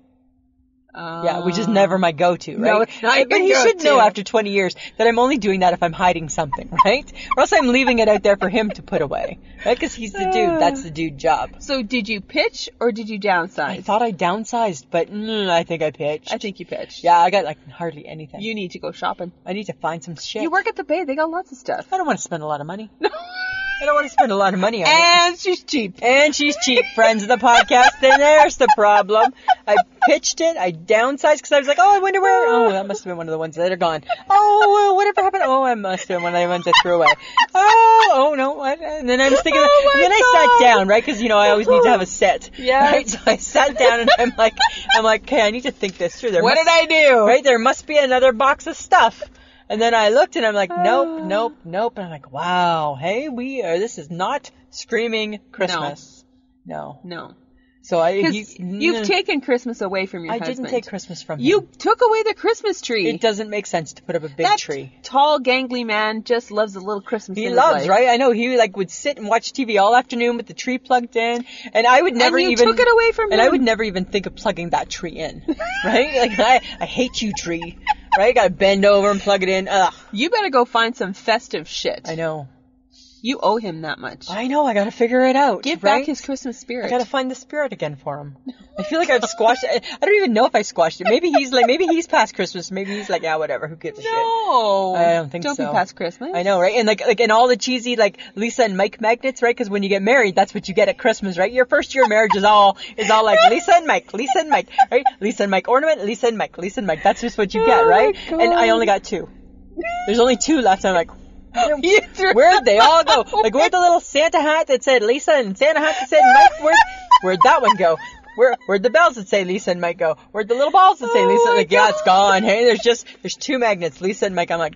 A: Uh,
B: Yeah, which is never my go-to, right?
A: No, it's not
B: I-
A: your
B: but he should
A: go-to.
B: know after 20 years that I'm only doing that if I'm hiding something, right? or else I'm leaving it out there for him to put away, right? Because he's the dude. That's the dude job.
A: Uh, So did you pitch or did you
B: I
A: downsize?
B: thought I downsized, but mm, I think I pitched.
A: I think you pitched.
B: yeah, I got like hardly anything.
A: You need to go shopping.
B: I need to find some shit.
A: You work at the Bay. They got lots of stuff.
B: I don't want to spend a lot of money. I don't want to spend a lot of money on it.
A: and she's cheap.
B: And she's cheap, friends of the podcast. Then there's the problem. I pitched it. I downsized because I was like, oh, I wonder where. Oh, that must have been one of the ones that are gone. Oh, well, whatever happened. Oh, I must have been one of the ones I threw away. Oh, oh no. What? And then I was thinking,
A: Oh my
B: and then I
A: God.
B: sat down, right? Because you know I always need to have a set.
A: Yes.
B: Right? So I sat down and I'm like, I'm like, okay, I need to think this through. There
A: What
B: must-
A: did I do?
B: right? There must be another box of stuff. And then I looked and I'm like, nope,
A: Ah.
B: nope, nope. And I'm like, wow, hey, we are, this is not screaming Christmas. No.
A: No,
B: So I,
A: because you, have
B: mm,
A: taken Christmas away from your
B: I
A: husband.
B: didn't take Christmas from him.
A: You took away the Christmas tree.
B: It doesn't make sense to put up a big
A: that
B: tree.
A: tall, gangly man just loves a little Christmas.
B: He
A: in his
B: loves,
A: life.
B: right? I know he like would sit and watch TV all afternoon with the tree plugged in, and I would never
A: and you
B: even
A: took it away from
B: and
A: him.
B: I would never even think of plugging that tree in, right? Like I, I hate you, tree. Right? Got to bend over and plug it in. Ugh,
A: You better go find some festive shit.
B: I know.
A: You owe him that much.
B: I know. I gotta figure it out.
A: Give
B: right?
A: back his Christmas spirit.
B: I gotta find the spirit again for him. I feel like I've squashed. it. I don't even know if I squashed it. Maybe he's like, maybe he's past Christmas. Maybe he's like, yeah, whatever. Who gives a shit?
A: no,
B: I don't think so.
A: Don't be past Christmas.
B: I know, right? And like, like, and all the cheesy like Lisa and Mike magnets, right? Because when you get married, that's what you get at Christmas, right? Your first year of marriage is all is all like Lisa and Mike, Lisa and Mike, right? Lisa and Mike ornament, Lisa and Mike, Lisa and Mike. That's just what you get,
A: Oh my
B: right? And I
A: God.
B: only got two. There's only two left. I'm like,
A: You threw-
B: Where'd they all go? Like, where'd the little Santa hat that said Lisa and Santa hat that said Mike? Where'd, where'd that one go? Where, where'd the bells that say Lisa and Mike go? Where'd the little balls that say
A: Oh
B: Lisa?
A: my
B: Like, yeah, it's gone. Hey, there's just, there's two magnets, Lisa and Mike. I'm like,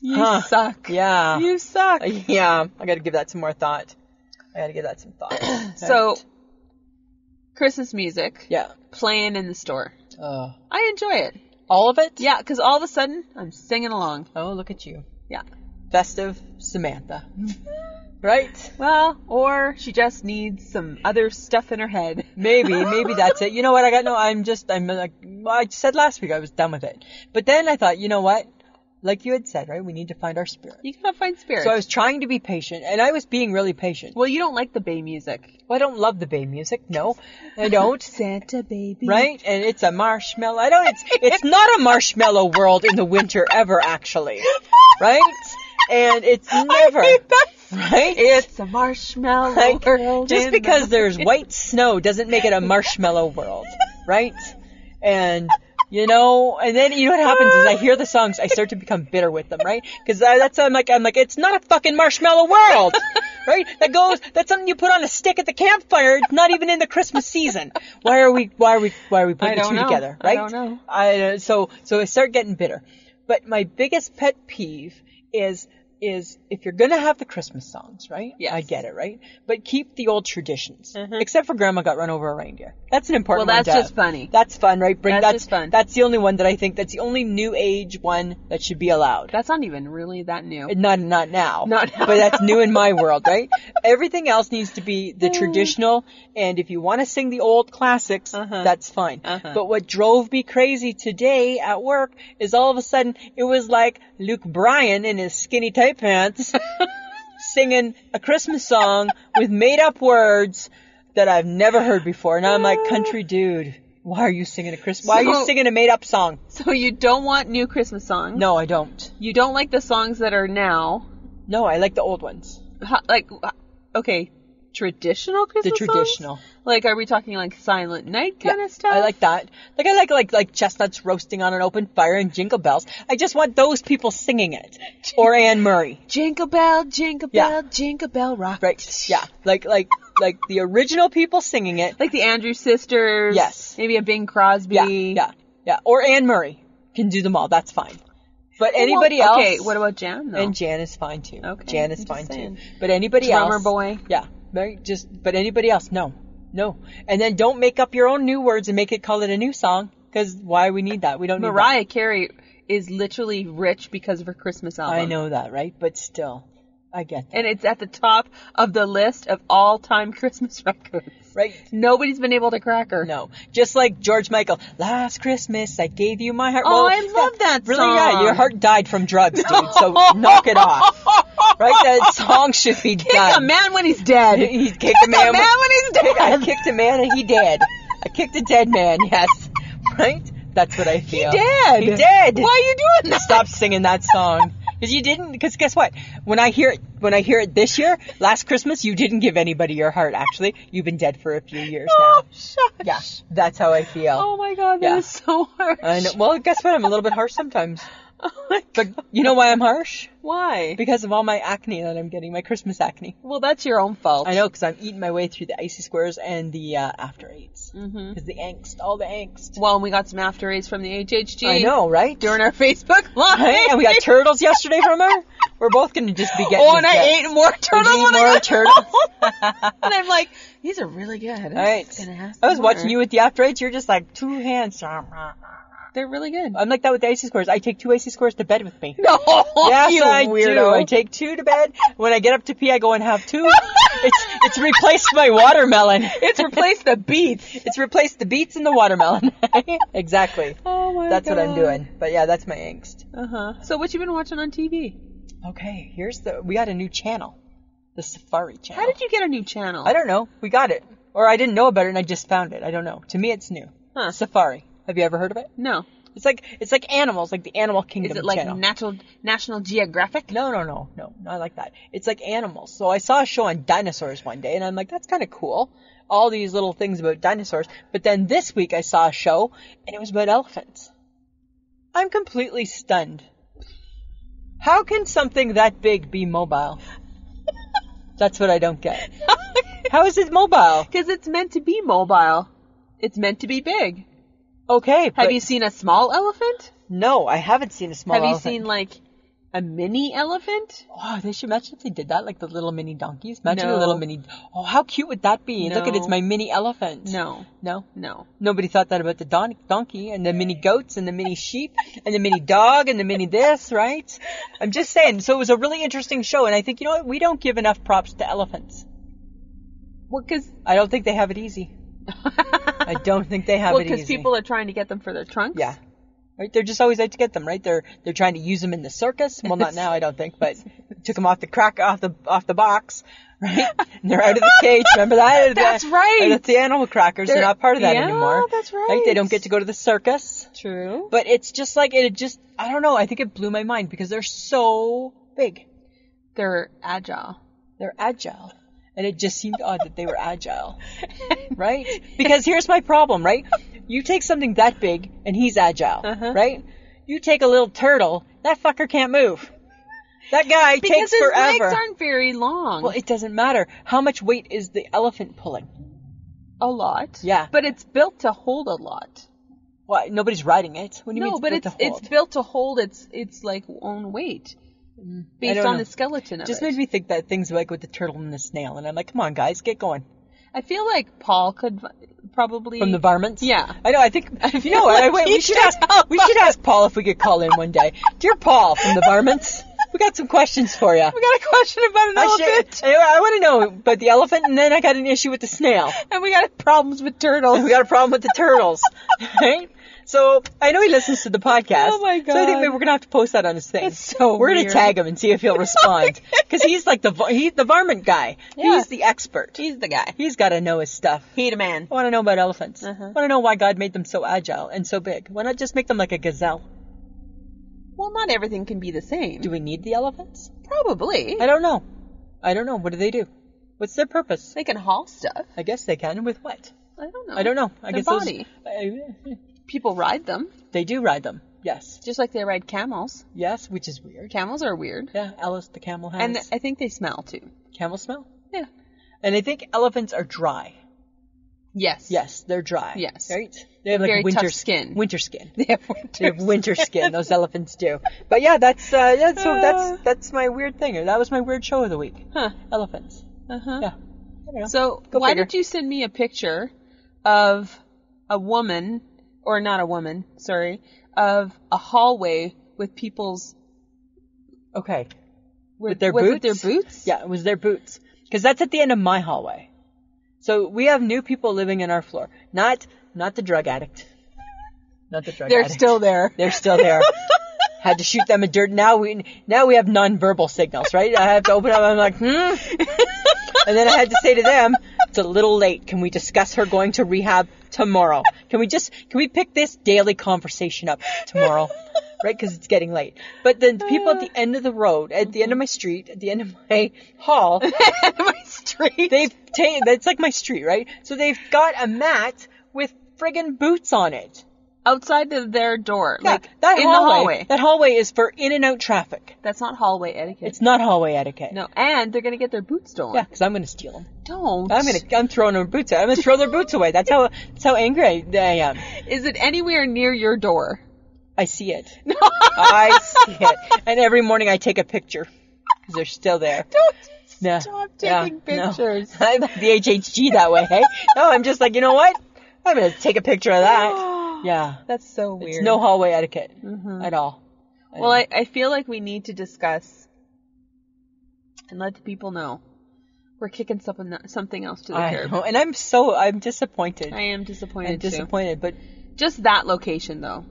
A: You
B: Huh.
A: suck.
B: yeah.
A: You suck.
B: yeah. I gotta give that some more thought. I gotta give that some thought.
A: So,
B: Right.
A: Christmas music
B: yeah.
A: playing in the store.
B: Uh,
A: I enjoy it.
B: all of it?
A: Yeah, because all of a sudden I'm singing along.
B: Oh, look at you.
A: Yeah.
B: Festive Samantha. right?
A: Well, or she just needs some other stuff in her head.
B: Maybe, maybe that's it. You know what? I got no. I'm just. I'm like. well, I said last week I was done with it, but then I thought, you know what? Like you had said, right? We need to find our spirit.
A: You gotta find spirit.
B: So I was trying to be patient, and I was being really patient.
A: well, you don't like the Bay music.
B: Well, I don't love the Bay music. No, I don't.
A: Santa baby.
B: Right? And it's a marshmallow. I don't. It's it's not a marshmallow world in the winter ever, actually. Right? and it's never right.
A: It's a marshmallow
B: Like,
A: world.
B: just
A: in
B: because
A: the-
B: there's white snow doesn't make it a marshmallow world, right? And you know, and then you know what happens is I hear the songs, I start to become bitter with them, right? Because that's I'm like I'm like it's not a fucking marshmallow world, right? That goes that's something you put on a stick at the campfire. It's not even in the Christmas season. Why are we why are we why are we putting
A: I
B: the
A: don't
B: two
A: know.
B: together,
A: I
B: right?
A: don't know.
B: I uh, so so I start getting bitter. But my biggest pet peeve is is if you're gonna have the Christmas songs, right?
A: Yes. Mm-hmm.
B: I get it, right? But keep the old traditions, except for Grandma got run over a reindeer. That's an important.
A: Well,
B: one
A: that's
B: to-
A: just funny.
B: That's fun, right? Bring
A: That's
B: that's
A: just fun.
B: That's the only one that I think that's the only new age one that should be allowed.
A: That's not even really that new.
B: Not not now.
A: Not now.
B: But that's new in my world, right? Everything else needs to be
A: Mm.
B: the traditional and if you want to sing the old classics, that's fine.
A: Uh-huh.
B: But what drove me crazy today at work is all of a sudden it was like Luke Bryan in his skinny tight pants singing a Christmas song with made up words that I've never heard before. And I'm like, country dude, why are you singing a Christmas? Why are you
A: So-
B: singing a made up song?
A: so you don't want new Christmas songs.
B: No, I don't.
A: You don't like the songs that are now.
B: No, I like the old ones.
A: Ho- like, uh, okay, traditional
B: The
A: Christmas songs?
B: traditional.
A: Like, are we talking like Silent Night kind
B: Yeah,
A: of stuff?
B: I like that. Like I like like like chestnuts roasting on an open fire and jingle bells. I just want those people singing it. Or Anne Murray.
A: Jingle bell, jingle
B: Yeah.
A: bell, jingle bell rock.
B: Right. Yeah. Like like like the original people singing it.
A: Like the Andrews sisters.
B: Yes.
A: Maybe a Bing Crosby.
B: Yeah. Yeah. Yeah. Or Anne Murray can do them all. That's fine. But anybody
A: Well,
B: else
A: Okay, what about Jan though?
B: and Jan is fine too.
A: Okay,
B: Jan is
A: I'm just
B: fine
A: saying.
B: too. But anybody
A: Drummer
B: else
A: boy.
B: Yeah. Right? Just but anybody else, no. No. And then don't make up your own new words and make it call it a new song. Because why we need that? We don't need that.
A: Mariah Carey is literally rich because of her Christmas album.
B: I know that, right? But still, I get that,
A: And it's at the top of the list of all time Christmas records.
B: right?
A: Nobody's been able to crack her.
B: No, just like George Michael, "Last Christmas I gave you my heart."
A: Oh,
B: Well,
A: I love that
B: Really,
A: song.
B: yeah, your heart died from drugs, dude. So knock it off, right? That song should be
A: Kick a
B: done.
A: man when he's dead.
B: He kicked
A: Kick
B: a man when-
A: when he's dead.
B: I kicked a man and he dead. I kicked a dead man. Yes, right? That's what I feel.
A: dead.
B: He dead.
A: Why are you doing that?
B: Stop singing that song. Because you didn't. Because guess what? When I hear it, when I hear it this year, last Christmas, you didn't give anybody your heart. Actually, you've been dead for a few years now.
A: Oh, shush.
B: Yeah, that's how I feel.
A: Oh my god, that is
B: Yeah.
A: so harsh.
B: I know. Well, guess what? I'm a little bit harsh sometimes.
A: Oh my
B: But
A: God.
B: you know why I'm harsh?
A: Why?
B: Because of all my acne that I'm getting, my Christmas acne.
A: Well, that's your own fault.
B: I know, because I'm eating my way through the icy squares and the uh, after eights.
A: Mhm.
B: Because the angst, all the angst.
A: Well, and we got some after aids from the HHG.
B: I know, right?
A: During our Facebook live.
B: Right? And we got turtles yesterday from her. We're both gonna just be getting.
A: Oh, and I
B: this-
A: ate more turtles.
B: eat
A: when I
B: more
A: got
B: turtles?
A: home. and I'm like, these are really good. I'm
B: Right.
A: just gonna have
B: I was
A: some
B: watching you
A: more.
B: with the after eights. You're just like two hands.
A: They're really good.
B: I'm like that with the icy squares. I take two icy squares to bed with me.
A: no,
B: Yes,
A: you
B: I do.
A: weirdo.
B: I take two to bed. When I get up to pee, I go and have two. it's it's replaced my watermelon.
A: it's replaced the beats.
B: It's replaced the beets and the watermelon. exactly.
A: Oh my
B: That's what I'm doing. But yeah, that's my angst.
A: Uh huh. So what you been watching on TV?
B: Okay, here's the. We got a new channel, the Safari channel.
A: How did you get a new channel?
B: I don't know. We got it, or I didn't know about it and I just found it. I don't know. To me, it's new.
A: Huh.
B: Safari. Have you ever heard of it?
A: No.
B: It's like it's like animals, like the Animal
A: Is
B: Kingdom.
A: it like
B: channel.
A: natural National Geographic?
B: No, no, no, no, not like that. It's like animals. So I saw a show on dinosaurs one day, and I'm like, that's kind of cool. All these little things about dinosaurs. But then this week I saw a show, and it was about elephants. I'm completely stunned. How can something that big be mobile? That's what I don't get. How is it mobile?
A: Because it's meant to be mobile. It's meant to be big.
B: Okay,
A: Have
B: but
A: you seen a small elephant?
B: no, I haven't seen a small.
A: Have you
B: elephant.
A: seen like a mini elephant?
B: Oh, they should imagine if they did that, like the little mini donkeys. Imagine
A: No.
B: a little mini. Oh, how cute would that be? Look at
A: No.
B: it's my mini elephant.
A: No,
B: No.
A: no.
B: Nobody thought that about the don- donkey and the mini goats and the mini sheep and the mini dog and the mini this, right? I'm just saying. So it was a really interesting show, and I think you know what? We don't give enough props to elephants.
A: Well, because
B: I don't think they have it easy. I don't think they have
A: well,
B: it easy.
A: because people are trying to get them for their trunks.
B: yeah, right? They're just always out to get them, right? They're they're trying to use them in the circus. Well, not now, I don't think, but took them off the crack off the off the box, right? And they're out of the cage. Remember that?
A: That's right.
B: That's the animal crackers. They're,
A: They're-
B: not part of that
A: Yeah,
B: anymore.
A: that's
B: Right? They don't
A: right.
B: get to go to the circus.
A: True.
B: But it's just like it just I don't know, I think it blew my mind because they're so big.
A: They're agile.
B: They're agile. And it just seemed odd that they were agile, right? Because here's my problem, right? You take something that big and he's agile,
A: Uh-huh.
B: right? You take a little turtle, that fucker can't move. That guy
A: Because
B: takes
A: his
B: forever.
A: legs aren't very long.
B: well, it doesn't matter. How much weight is the elephant pulling?
A: a lot.
B: Yeah.
A: But it's built to hold a lot.
B: Why nobody's riding it? What do you mean?
A: No, but
B: built to
A: it's it's
B: hold?
A: built to hold its its like own weight based
B: don't
A: on
B: know.
A: the skeleton of
B: just
A: it.
B: made me think that things like with the turtle and the snail, and I'm like, come on, guys, get going
A: I feel like Paul could v- probably
B: from the varmints.
A: Yeah.
B: I know. I think you know. what, I,
A: like
B: wait,
A: he
B: we should
A: should
B: ask.
A: help
B: We should ask Paul if we could call in one day. Dear Paul from the varmints, we got some questions for you.
A: We got a question about an
B: I,
A: elephant,
B: should- I want to know about the elephant, and then I got an issue with the snail.
A: and we got problems with turtles.
B: We got a problem with the turtles, right? So I know he listens to the podcast.
A: Oh my
B: So I think
A: God.
B: maybe we're gonna have to post that on his thing.
A: That's so
B: we're gonna
A: weird.
B: tag him and see if he'll respond because he's like the var- he's the varmint guy.
A: Yeah.
B: He's the expert.
A: He's the guy.
B: He's got to know his stuff.
A: He's a man.
B: I want to know about elephants.
A: Uh-huh.
B: I want to know why God made them so agile and so big. Why not just make them like a gazelle?
A: Well, not everything can be the same.
B: Do we need the elephants?
A: Probably.
B: I don't know. I don't know. What do they do? What's their purpose?
A: They can haul stuff.
B: I guess they can with what?
A: I don't know.
B: I don't know. I
A: Their
B: guess those-
A: body.
B: I-
A: People ride them,
B: they do ride them. Yes.
A: just like they ride camels.
B: Yes, which is weird.
A: Camels are weird,
B: Yeah, Alice the camel has
A: and I think they smell too.
B: camel smell.
A: Yeah.
B: And I think elephants are dry.
A: Yes.
B: Yes, they're dry.
A: Yes.
B: Right? They have like
A: Very tough
B: winter
A: skin.
B: Winter skin.
A: They have winter.
B: They have winter skin. Those elephants do. But yeah, that's uh, yeah, so
A: Uh.
B: that's that's my weird thing. That was my weird show of the week.
A: Huh.
B: Elephants.
A: Uh huh.
B: Yeah. I don't know.
A: So
B: Go
A: why
B: figure.
A: did you send me a picture of a woman, or not a woman, sorry, of a hallway with people's
B: okay.
A: with
B: their
A: with, With
B: boots?
A: their boots?
B: Yeah, it was their boots because that's at the end of my hallway. So we have new people living in our floor. Not not the drug addict. Not the drug
A: They're
B: addict.
A: still there.
B: They're still there. Had to shoot them a dirt. Now we now we have nonverbal signals, right? I have to open up. I'm like, hmm. And then I had to say to them, "It's a little late. Can we discuss her going to rehab tomorrow? Can we just can we pick this daily conversation up tomorrow, right? Because it's getting late." But then the people at the end of the road, at the end of my street, at the end of my hall,
A: My street.
B: they've taken. That's like my street, right? So they've got a mat with friggin' boots on it.
A: outside of their door,
B: Yeah,
A: like in the hallway.
B: That hallway is for in and out traffic.
A: That's not hallway etiquette.
B: It's not hallway etiquette.
A: no, and they're gonna get their boots stolen.
B: Yeah, because I'm gonna steal them.
A: Don't.
B: I'm gonna I'm throwing their boots. Out. I'm gonna throw their boots away. That's how that's how angry I, I am.
A: Is it anywhere near your door?
B: I see it. I see it. And every morning I take a picture because they're still there.
A: Don't
B: Yeah.
A: stop
B: Yeah,
A: taking
B: no.
A: pictures.
B: I'm like the HHG that way. Hey, no, I'm just like you know what? I'm gonna take a picture of that. Yeah,
A: That's so weird. Mm.
B: it's no hallway etiquette at all.
A: Well, I, I feel like we need to discuss and let the people know we're kicking something something else to the
B: I
A: curb.
B: know, and I'm so I'm disappointed.
A: I am disappointed
B: I'm disappointed, but
A: too. Just that location though.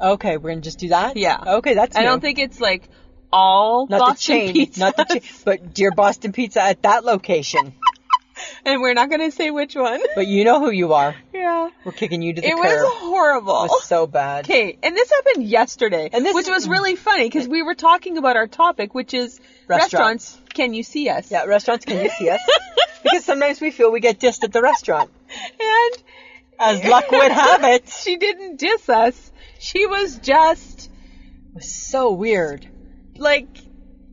B: Okay, we're gonna just do that.
A: Yeah.
B: Okay, that's.
A: I don't
B: new.
A: think it's like all
B: not
A: Boston
B: the chain,
A: pizza,
B: not the chain, but dear Boston Pizza at that location.
A: and we're not gonna say which one.
B: But you know who you are.
A: yeah,
B: We're kicking you to the
A: it
B: curb.
A: was
B: It
A: horrible.
B: was so bad.
A: Okay, and this happened yesterday,
B: And this
A: which
B: is-
A: was really funny because we were talking about our topic, which is
B: Restaurants.
A: restaurants. Can you see us?
B: Yeah, restaurants. Can you see us? because sometimes we feel we get dissed at the restaurant.
A: And
B: As luck would have it, it
A: she didn't diss us. She was just
B: was so weird.
A: like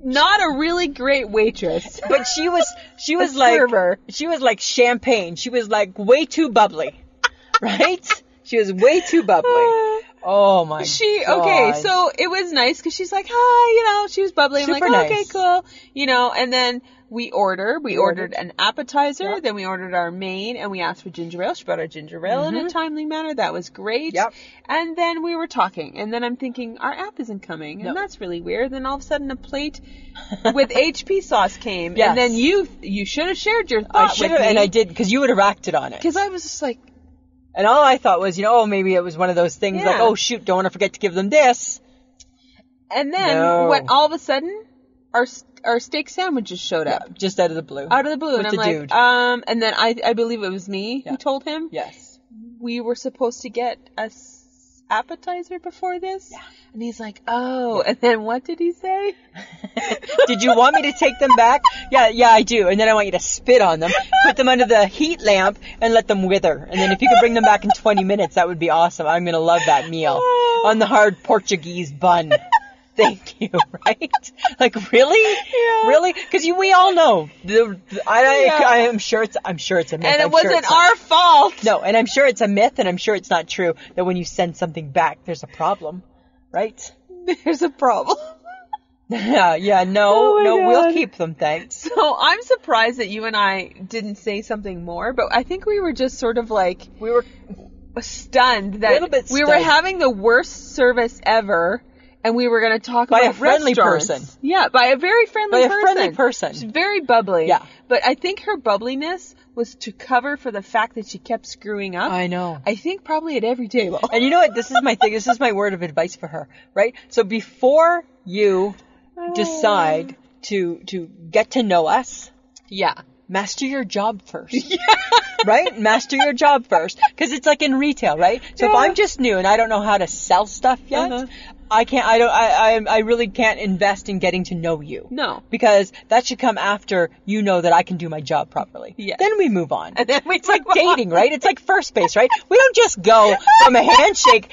A: not a really great waitress.
B: But she was, she was
A: A
B: like,
A: server.
B: she was like champagne. She was like way too bubbly, right? she was way too bubbly. Oh my.
A: She
B: God.
A: okay, so it was nice because she's like, hi, you know, she was bubbly. I'm like,
B: Super nice.
A: okay, cool, you know. And then we order. We, ordered,
B: ordered.
A: an appetizer.
B: Yep.
A: Then we ordered our main, and we asked for ginger ale. She brought our ginger ale in a timely manner. That was great.
B: Mm-hmm. Yep.
A: And then we were talking, and then I'm thinking our app isn't coming, and
B: Nope.
A: that's really weird. Then all of a sudden, a plate with HP sauce came,
B: Yes.
A: and then you you should have shared your thought
B: I should
A: with
B: have,
A: me.
B: and I did because you would have acted on it.
A: because I was just like,
B: And all I thought was, you know, oh, maybe it was one of those things like,
A: Yeah.
B: oh shoot, don't want to forget to give them this.
A: and then
B: No.
A: when all of a sudden our s- our steak sandwiches showed up.
B: Just out of the blue.
A: out of the blue,
B: With
A: and I'm
B: the
A: like,
B: dude.
A: um, and then I I believe it was me
B: Yeah.
A: who told him
B: yes.
A: we were supposed to get a s- appetizer before this? Yeah. And he's like, oh. And then what did he say?
B: Did you want me to take them back? Yeah, yeah, I do. And then I want you to spit on them, put them under the heat lamp, and let them wither. And then if you could bring them back in 20 minutes, that would be awesome. I'm going to love that meal
A: Oh.
B: on the hard Portuguese bun. Thank you, right? Like really?
A: Yeah.
B: Really? Cuz you we all know. The, I I,
A: Yeah.
B: I am sure it's I'm sure it's a myth.
A: And
B: I'm
A: it
B: sure
A: wasn't
B: it's not-
A: our fault.
B: No, and I'm sure it's a myth and I'm sure it's not true that when you send something back there's a problem, right?
A: There's a problem.
B: Yeah, yeah,
A: Oh
B: no,
A: my
B: no,
A: God.
B: we'll keep them, thanks.
A: So I'm surprised that you and I didn't say something more, but I think we were just sort of like
B: We were
A: stunned that
B: Little bit
A: we were
B: stunned.
A: having the worst service ever. And we were going to talk
B: By
A: about
B: a friendly
A: restaurants.
B: person.
A: Yeah, by a very friendly
B: By a
A: person.
B: friendly person.
A: She's very bubbly.
B: Yeah.
A: But I think her bubbliness was to cover for the fact that she kept screwing up.
B: I know.
A: I think probably at every table.
B: And you know what? This is my thing. This is my word of advice for her, right? So before you decide to to get to know us,
A: Yeah.
B: master your job first. Right? Master your job first. Cause it's like in retail, right? So if
A: Yeah.
B: I'm just new and I don't know how to sell stuff yet,
A: Uh-huh.
B: I can't, I don't, I, I, I really can't invest in getting to know you.
A: No.
B: Because that should come after you know that I can do my job properly.
A: Yes.
B: Then we move on.
A: And then we
B: it's like dating, right? It's like first base, right? We don't just go from a handshake,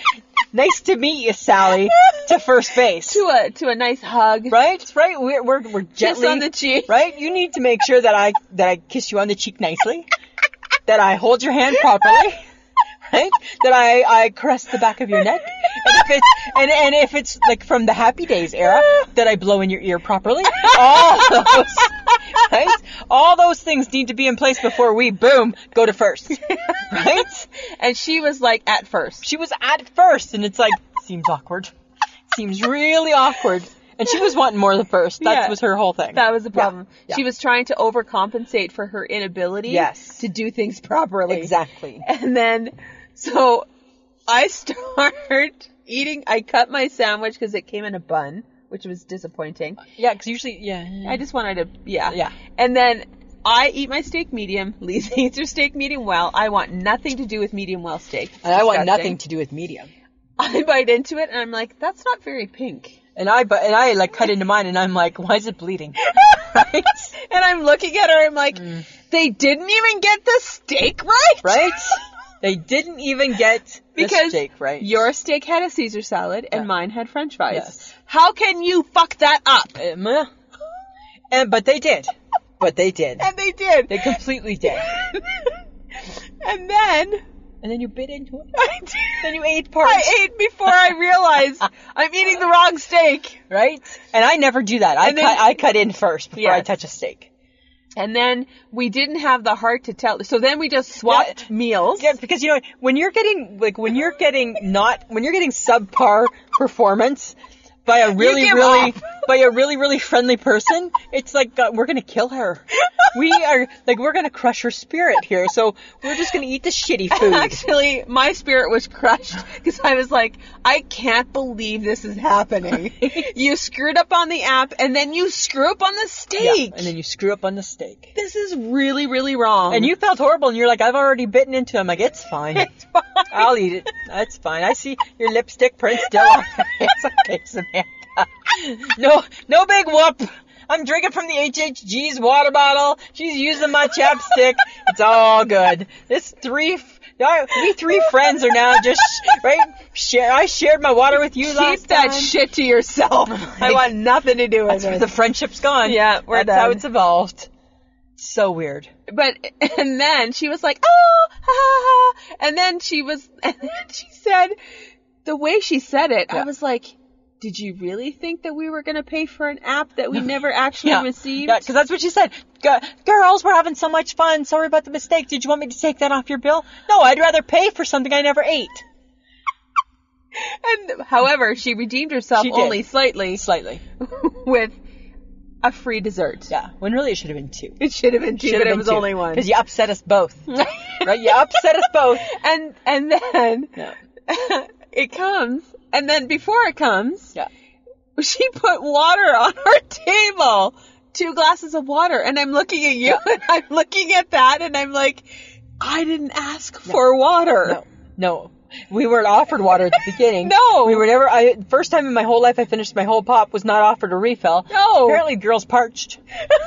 B: nice to meet you, Sally, to first base.
A: to a to a nice hug.
B: Right, right. We're we're, we're gently
A: on the cheek.
B: Right. You need to make sure that I that I kiss you on the cheek nicely, that I hold your hand properly, right? That I I caress the back of your neck, and if it's and and if it's like from the Happy Days era, that I blow in your ear properly. All those, right? All those things need to be in place before we boom go to first, right?
A: And she was like at first.
B: she was at first, and it's like seems awkward. Seems really awkward. And she was wanting more than first. That
A: Yeah.
B: was her whole thing.
A: That was the problem.
B: Yeah.
A: She was trying to overcompensate for her inability
B: Yes.
A: to do things properly.
B: exactly.
A: And then so I start eating I cut my sandwich cuz it came in a bun, which was disappointing.
B: Yeah, because usually, yeah,
A: I just wanted to yeah.
B: Yeah.
A: And then I eat my steak medium. Lisa eats her steak medium well. I want nothing to do with medium well steak. It's
B: and I want
A: disgusting.
B: nothing to do with medium.
A: I bite into it and I'm like, that's not very pink.
B: And I, but and I like cut into mine, and I'm like, why is it bleeding? right,
A: And I'm looking at her, I'm like, they didn't even get the steak Mm. right.
B: right. They didn't even get the
A: Because
B: steak right.
A: your steak had a Caesar salad and
B: Yeah.
A: mine had French fries.
B: Yes.
A: How can you fuck that up?
B: Um, uh, and but they did, but they did.
A: And they did.
B: They completely did.
A: and then
B: And then you bit into it.
A: I, did-
B: Then you ate parts.
A: I ate before I realized I'm eating the wrong steak.
B: right? And I never do that. I
A: And then-
B: cut I cut in first before I
A: Yes.
B: touch a steak.
A: And then we didn't have the heart to tell. So then we just swapped meals.
B: Yeah, because you know when you're getting like when you're getting not when you're getting subpar performance by a really
A: give
B: really
A: up.
B: by a really really friendly person, it's like uh, we're gonna kill her. We are like we're gonna crush her spirit here. So we're just gonna eat the shitty
A: And
B: food.
A: Actually, my spirit was crushed because I was like, I can't believe this is happening. you screwed up on the app and then you screw up on the
B: Yeah,
A: steak.
B: and then you screw up on the steak.
A: this is really, really wrong.
B: And you felt horrible, and you're like, I've already bitten into it. I'm like, it's fine. I'll eat it. That's fine. I see your lipstick print still on. It's okay, Samantha. No, no big whoop. I'm drinking from the HHG's water bottle. She's using my chapstick. It's all good. This three, f- I- we three friends are now just right. Share. I shared my water with you last
A: Keep that
B: time.
A: shit to yourself. I want nothing to do with
B: That's where the
A: it.
B: friendship's gone.
A: Yeah, we're
B: That's how
A: done.
B: it's evolved. So weird.
A: But and then she was like, oh, ha, ha, ha. and then she was, and then she said, the way she said it, I
B: Yeah.
A: was like, did you really think that we were going to pay for an app that we never actually received?
B: Yeah, because that's what she said. G- Girls, we're having so much fun. Sorry about the mistake. Did you want me to take that off your bill? No, I'd rather pay for something I never ate.
A: And however, she redeemed herself
B: She did.
A: only slightly
B: Slightly.
A: with a free dessert.
B: Yeah. When really it should have been two.
A: It should have been two, but it was only one.
B: Because you upset us both. right? You upset us both.
A: and and then
B: Yeah.
A: it comes, and then before it comes,
B: Yeah.
A: she put water on our table. Two glasses of water, and I'm looking at you, and I'm looking at that, and I'm like, I didn't ask for water.
B: No. No. We weren't offered water at the beginning.
A: No.
B: we were never. I first time in my whole life I finished my whole pop was not offered a refill.
A: No.
B: apparently the girl's parched,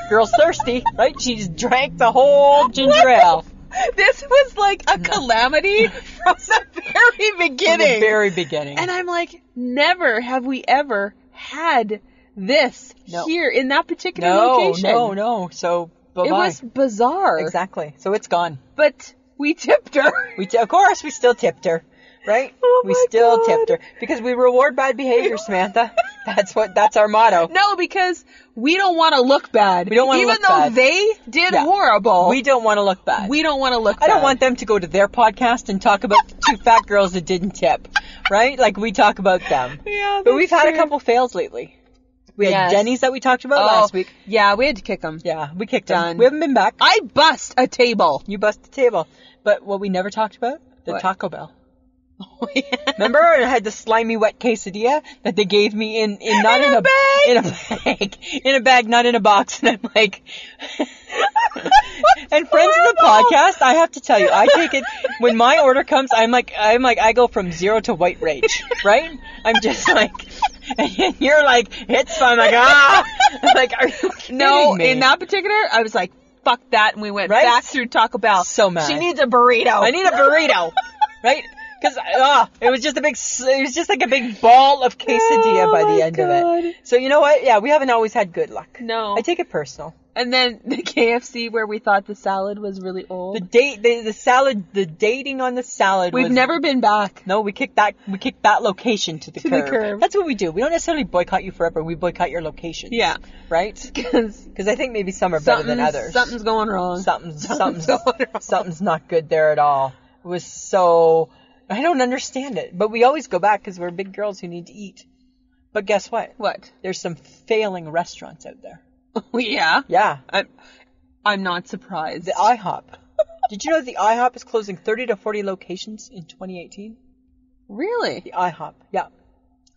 B: girl's thirsty, right? She just drank the whole ginger ale
A: This was like a calamity from the very
B: from the
A: beginning.
B: very beginning.
A: and I'm like, never have we ever had this
B: No.
A: here in that particular
B: no,
A: location.
B: no, no. So bye
A: It was bizarre.
B: exactly. So it's gone.
A: But we tipped her.
B: We t- of course we still tipped her, right?
A: Oh
B: we
A: my
B: still
A: God.
B: tipped her because we reward bad behavior, Samantha. That's what that's our motto.
A: No, because we don't want to look bad.
B: We don't wanna
A: Even
B: look
A: though
B: bad.
A: they did
B: Yeah.
A: horrible,
B: We
A: we,
B: don't want to look bad.
A: don't want to look bad.
B: I don't want them to go to their podcast and talk about the two fat girls that didn't tip, right? Like we talk about them.
A: Yeah,
B: But we've had a
A: true.
B: couple fails lately. We had
A: Yes.
B: Jenny's that we talked about
A: Oh,
B: last week.
A: Yeah, we had to kick them.
B: Yeah, we kicked
A: Done.
B: them. We haven't been back.
A: I bust a table.
B: You bust the table. But what we never talked about, the
A: What?
B: Taco Bell. Remember, I had the slimy wet quesadilla that they gave me in, in not
A: In
B: in,
A: a bag.
B: in a bag, in a bag, not in a box. And I'm like, and friends of the
A: horrible.
B: podcast, I have to tell you, I take it when my order comes. I'm like, I'm like, I go from zero to white rage, right? I'm just like, and you're like, it's fun. I'm like, ah, I'm like, are you kidding
A: No,
B: me?
A: in that particular, I was like, fuck that, and we went
B: Right?
A: back through Taco Bell.
B: So mad.
A: She needs a burrito.
B: I need a burrito, right? Because ah, it was just a big, s- it was just like a big ball of quesadilla
A: Oh
B: by the
A: my
B: end of
A: God.
B: it. So you know what? Yeah, we haven't always had good luck.
A: No.
B: I take it personal.
A: and then the KFC where we thought the salad was really old.
B: The date, the, the salad, the dating on the salad.
A: We've
B: was-
A: never been back.
B: No, we kicked that. We kicked that location to the
A: To the
B: curb.
A: curb.
B: That's what we do. We don't necessarily boycott you forever. We boycott your location.
A: Yeah.
B: Right.
A: Because
B: Because I think maybe some are better than others.
A: something's going wrong.
B: something's something's
A: going wrong.
B: something's not good there at all. It was so I don't understand it, but we always go back because we're big girls who need to eat. But guess what?
A: What?
B: There's some failing restaurants out there.
A: yeah.
B: Yeah,
A: I'm, I'm not surprised.
B: the IHOP. Did you know the IHOP is closing 30 to 40 locations in 2018?
A: really?
B: The IHOP, yeah,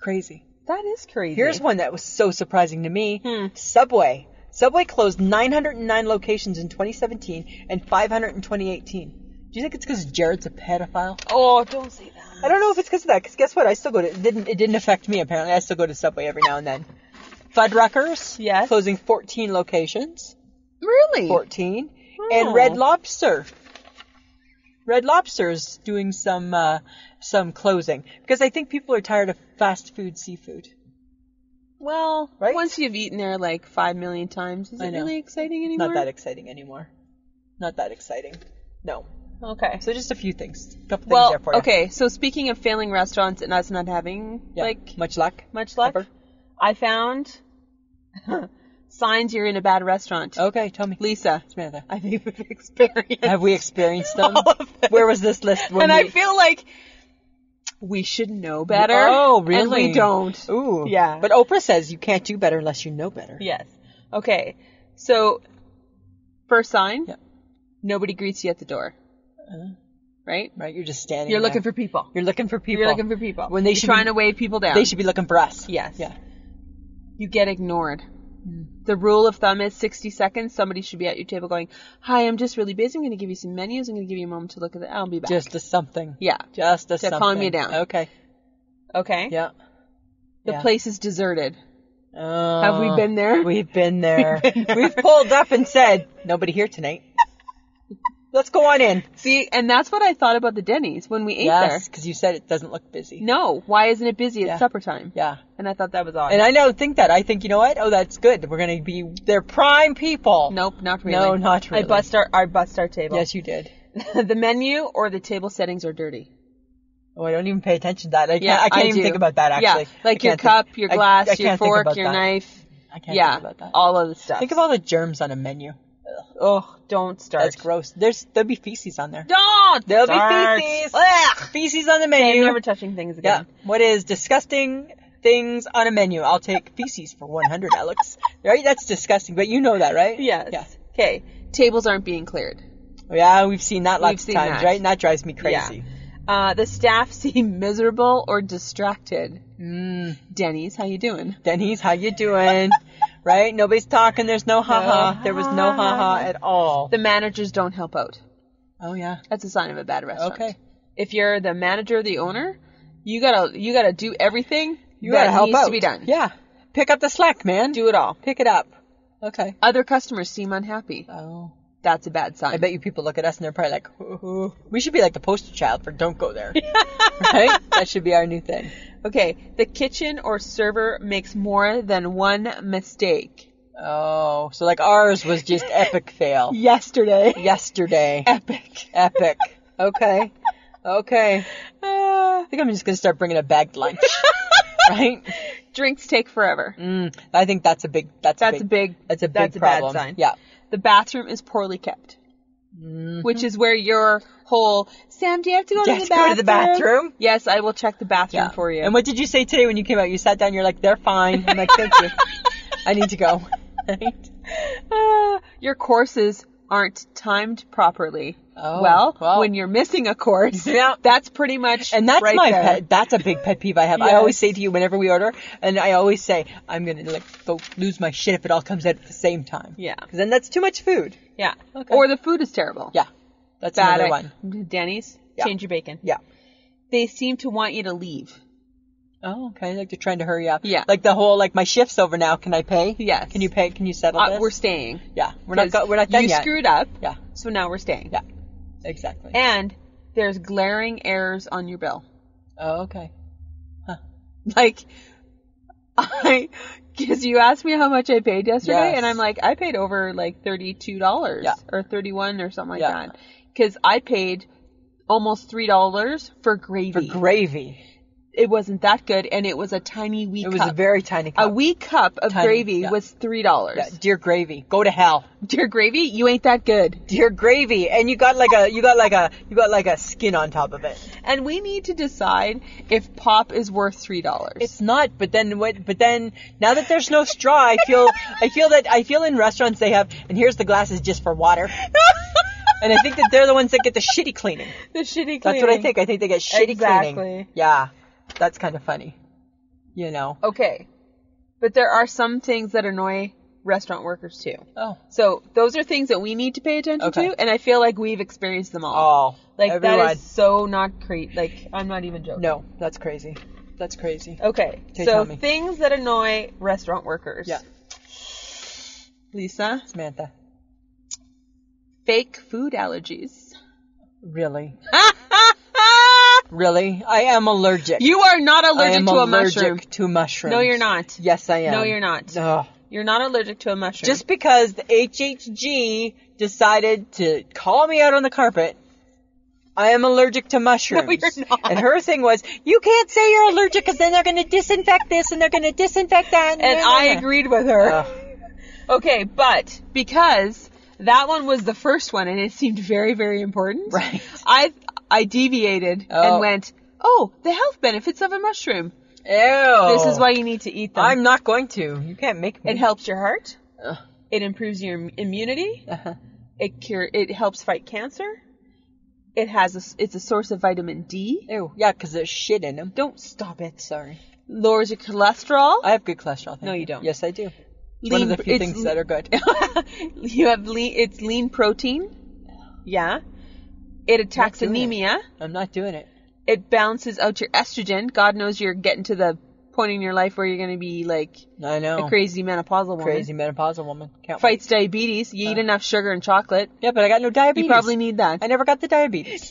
B: crazy.
A: That is crazy.
B: Here's one that was so surprising to me.
A: Hmm.
B: Subway. Subway closed 909 locations in 2017 and 500 in 2018. Do you think it's because Jared's a pedophile?
A: Oh, don't say that.
B: I don't know if it's because of that. Because guess what? I still go to. It didn't. It didn't affect me. Apparently, I still go to Subway every now and then. Fuddruckers.
A: Yes.
B: Closing 14 locations.
A: Really?
B: 14.
A: Oh.
B: And Red Lobster. Red Lobster's doing some uh, some closing because I think people are tired of fast food seafood.
A: Well,
B: Right?
A: once you've eaten there like five million times, is
B: I
A: it
B: know.
A: really exciting anymore?
B: Not that exciting anymore. Not that exciting. No.
A: Okay.
B: So just a few things. A couple things
A: well,
B: there for you.
A: okay. So speaking of failing restaurants and us not having
B: Yeah.
A: like
B: much luck.
A: much luck,
B: Pepper.
A: I found signs you're in a bad restaurant.
B: Okay, tell me.
A: Lisa,
B: Samantha.
A: I think we've experienced.
B: Have we experienced them?
A: All of them.
B: Where was this list? When
A: and
B: we,
A: I feel like we should know better.
B: Oh,
A: and
B: really?
A: we don't.
B: Ooh.
A: Yeah.
B: But Oprah says you can't do better unless you know better.
A: Yes. Okay. So, first sign.
B: Yeah. Uh-huh.
A: Nobody greets you at the door. right?
B: Right? You're just standing.
A: You're looking
B: there.
A: for people.
B: You're looking for people.
A: You're looking for people.
B: When they
A: You're
B: should
A: trying
B: be-
A: to weigh people down.
B: They should be looking for us.
A: Yes.
B: Yeah.
A: You get ignored. The rule of thumb is 60 seconds. Somebody should be at your table going, "Hi, I'm just really busy. I'm going to give you some menus. I'm going to give you a moment to look at it. I'll be back."
B: Just a something.
A: yeah.
B: Just a
A: To
B: something.
A: calm you down.
B: Okay.
A: Okay.
B: Yeah.
A: The
B: Yeah.
A: place is deserted.
B: Oh,
A: Have Uh, we been there?
B: We've been there.
A: We've been there.
B: We've pulled up and said, nobody here tonight. Let's go on in.
A: See, and that's what I thought about the Denny's when we ate
B: Yes,
A: there.
B: because you said it doesn't look busy.
A: No, why isn't it busy? It's
B: Yeah.
A: supper time.
B: Yeah.
A: And I thought that was odd.
B: And I don't think that. I think, you know what? Oh, that's good. We're going to be, they're prime people.
A: nope, not really.
B: No, not
A: I
B: really.
A: bust our I bust our table.
B: Yes, you did.
A: the menu or the table settings are dirty.
B: Oh, I don't even pay attention to that. I can't,
A: Yeah,
B: I can't
A: I
B: even
A: do.
B: think about that, actually.
A: Yeah, like
B: I
A: your
B: can't think-
A: cup, your
B: I-
A: glass,
B: I
A: your
B: can't think
A: fork,
B: about
A: your
B: that.
A: knife.
B: I can't
A: yeah,
B: think about that.
A: all of the stuff.
B: Think of all the germs on a menu.
A: Oh, don't start.
B: That's gross. There's There'll be feces on there.
A: Don't.
B: There'll
A: start.
B: be feces.
A: Ugh.
B: Feces on the
A: I'm
B: menu.
A: never touching things
B: Yeah.
A: again.
B: What is disgusting things on a menu? I'll take feces for 100, Alex. Right? That's disgusting, but you know that, right?
A: Yes. Okay. Tables aren't being cleared.
B: Yeah. Yeah, we've seen that lots
A: We've seen
B: of times,
A: that.
B: right? And that drives me crazy.
A: Uh, the staff seem miserable or distracted.
B: Mm.
A: Denny's, how you doing?
B: Denny's, how you doing? right? Nobody's talking. There's no haha. There was no haha at all.
A: The managers don't help out.
B: Oh yeah.
A: That's a sign of a bad restaurant.
B: Okay.
A: if you're the manager, the owner, you gotta you gotta do everything
B: You
A: that
B: gotta help
A: needs
B: out.
A: to be done.
B: Yeah. Pick up the slack, man.
A: Do it all.
B: Pick it up. Okay.
A: Other customers seem unhappy.
B: Oh.
A: That's a bad sign.
B: I bet you people look at us and they're probably like, "Hoo, hoo." we should be like the poster child for don't go there. right? That should be our new thing.
A: Okay, the kitchen or server makes more than one mistake.
B: Oh, so like ours was just epic fail.
A: Yesterday.
B: Yesterday.
A: Epic.
B: epic. Okay. Okay. I think I'm just going to start bringing a bagged lunch. right?
A: Drinks take forever.
B: Mm, I think that's a big, that's,
A: That's
B: a
A: a
B: big,
A: big.
B: that's a big
A: that's a bad
B: problem.
A: sign.
B: Yeah. Mm-hmm. Mm,
A: The bathroom is poorly kept, which is where your whole Sam, do you have to go,
B: Do
A: to,
B: you
A: the
B: have to go to the bathroom?
A: Yes, I will check the bathroom
B: Yeah.
A: for you.
B: And what did you say today when you came out? You sat down, you're like, they're fine. I'm like, thank you. I need to go. Right?
A: Ah, your courses aren't timed properly.
B: Oh,
A: well,
B: well.
A: when you're missing a course,
B: Yeah.
A: that's pretty much
B: And that's
A: right
B: my
A: there.
B: pet. That's a big pet peeve I have. I always
A: Yes.
B: say to you whenever we order, and I always say I'm gonna like go lose my shit if it all comes out at the same time.
A: Yeah.
B: Because then that's too much food.
A: Yeah.
B: Okay.
A: Or the food is terrible.
B: Yeah. That's
A: Bad
B: another
A: at-
B: one.
A: Denny's,
B: Yeah.
A: change your bacon.
B: Yeah.
A: They seem to want you to leave.
B: Oh, okay. Like they're trying to hurry up.
A: Yeah.
B: Like the whole like my shift's over now. Can I pay?
A: Yes.
B: Can you pay? Can you settle
A: Uh,
B: this?
A: we're staying.
B: yeah. We're not.
A: 'Cause
B: Go- we're not done
A: you
B: yet.
A: screwed up,
B: yeah.
A: so now we're staying.
B: Yeah. Exactly.
A: And there's glaring errors on your bill.
B: oh, okay.
A: Like, I, because you asked me how much I paid yesterday,
B: Yes.
A: and I'm like, I paid over like thirty-two dollars
B: Yeah.
A: or thirty-one or something like
B: Yeah.
A: that, because I paid almost three dollars for gravy.
B: For gravy,
A: it wasn't that good, and it was a tiny wee
B: it was
A: cup.
B: a very tiny
A: a
B: cup.
A: wee cup of
B: Tiny,
A: gravy
B: yeah.
A: was three dollars.
B: yeah, dear gravy, go to hell.
A: Dear gravy, you ain't that good.
B: Dear gravy, and you got like a you got like a you got like a skin on top of it.
A: And we need to decide if pop is worth three dollars.
B: It's not, but then what? But then now that there's no straw, I feel I feel that I feel in restaurants they have and here's the glasses just for water, and I think that they're the ones that get the shitty cleaning.
A: the shitty. Cleaning.
B: That's what I think. I think they get shitty
A: Exactly.
B: cleaning. Yeah, that's kind of funny, you know.
A: Okay, but there are some things that annoy restaurant workers too.
B: Oh,
A: So those are things that we need to pay attention
B: Okay.
A: to, and I feel like we've experienced them all.
B: oh,
A: like
B: everyone.
A: that is so not great. Like I'm not even joking.
B: no, that's crazy. That's crazy.
A: Okay.
B: Okay,
A: so
B: tell me.
A: things that annoy restaurant workers.
B: Yeah.
A: Lisa,
B: Samantha,
A: fake food allergies.
B: really, really, I am allergic.
A: you are not
B: I
A: allergic
B: am
A: to a
B: allergic
A: mushroom.
B: to mushrooms.
A: No, you're not.
B: Yes, I am.
A: No, you're not.
B: Ugh.
A: You're not allergic to a mushroom.
B: Just because the HHG decided to call me out on the carpet, I am allergic to mushrooms.
A: you're not.
B: And her thing was, you can't say you're allergic because then they're going to disinfect this and they're going to disinfect that.
A: and I agreed with her.
B: Ugh.
A: Okay, but because that one was the first one and it seemed very, very important,
B: Right.
A: I I deviated
B: Oh.
A: and went, oh, the health benefits of a mushroom.
B: Ew.
A: This is why you need to eat them.
B: Oh. I'm not going to. You can't make me.
A: it helps your heart.
B: Ugh.
A: It improves your im- immunity.
B: Uh-huh.
A: It cure. It helps fight cancer. It has a s it's a source of vitamin D.
B: Ew. Yeah, because there's shit in them.
A: Don't stop it.
B: Sorry.
A: Lowers your cholesterol.
B: I have good cholesterol. thank
A: No, you don't.
B: Yes, I do. One of the few
A: it's
B: things
A: le-
B: that are good.
A: you have lean. It's lean protein. Yeah. It attacks
B: doing it.
A: anemia.
B: I'm not doing it.
A: It balances out your estrogen. God knows you're getting to the point in your life where you're going to be like
B: I know.
A: a crazy menopausal woman.
B: Oh. Crazy menopausal woman. Can't wait.
A: Fights diabetes. You eat enough sugar and chocolate.
B: Yeah, but I got no
A: You
B: diabetes.
A: probably need that.
B: I never got the diabetes.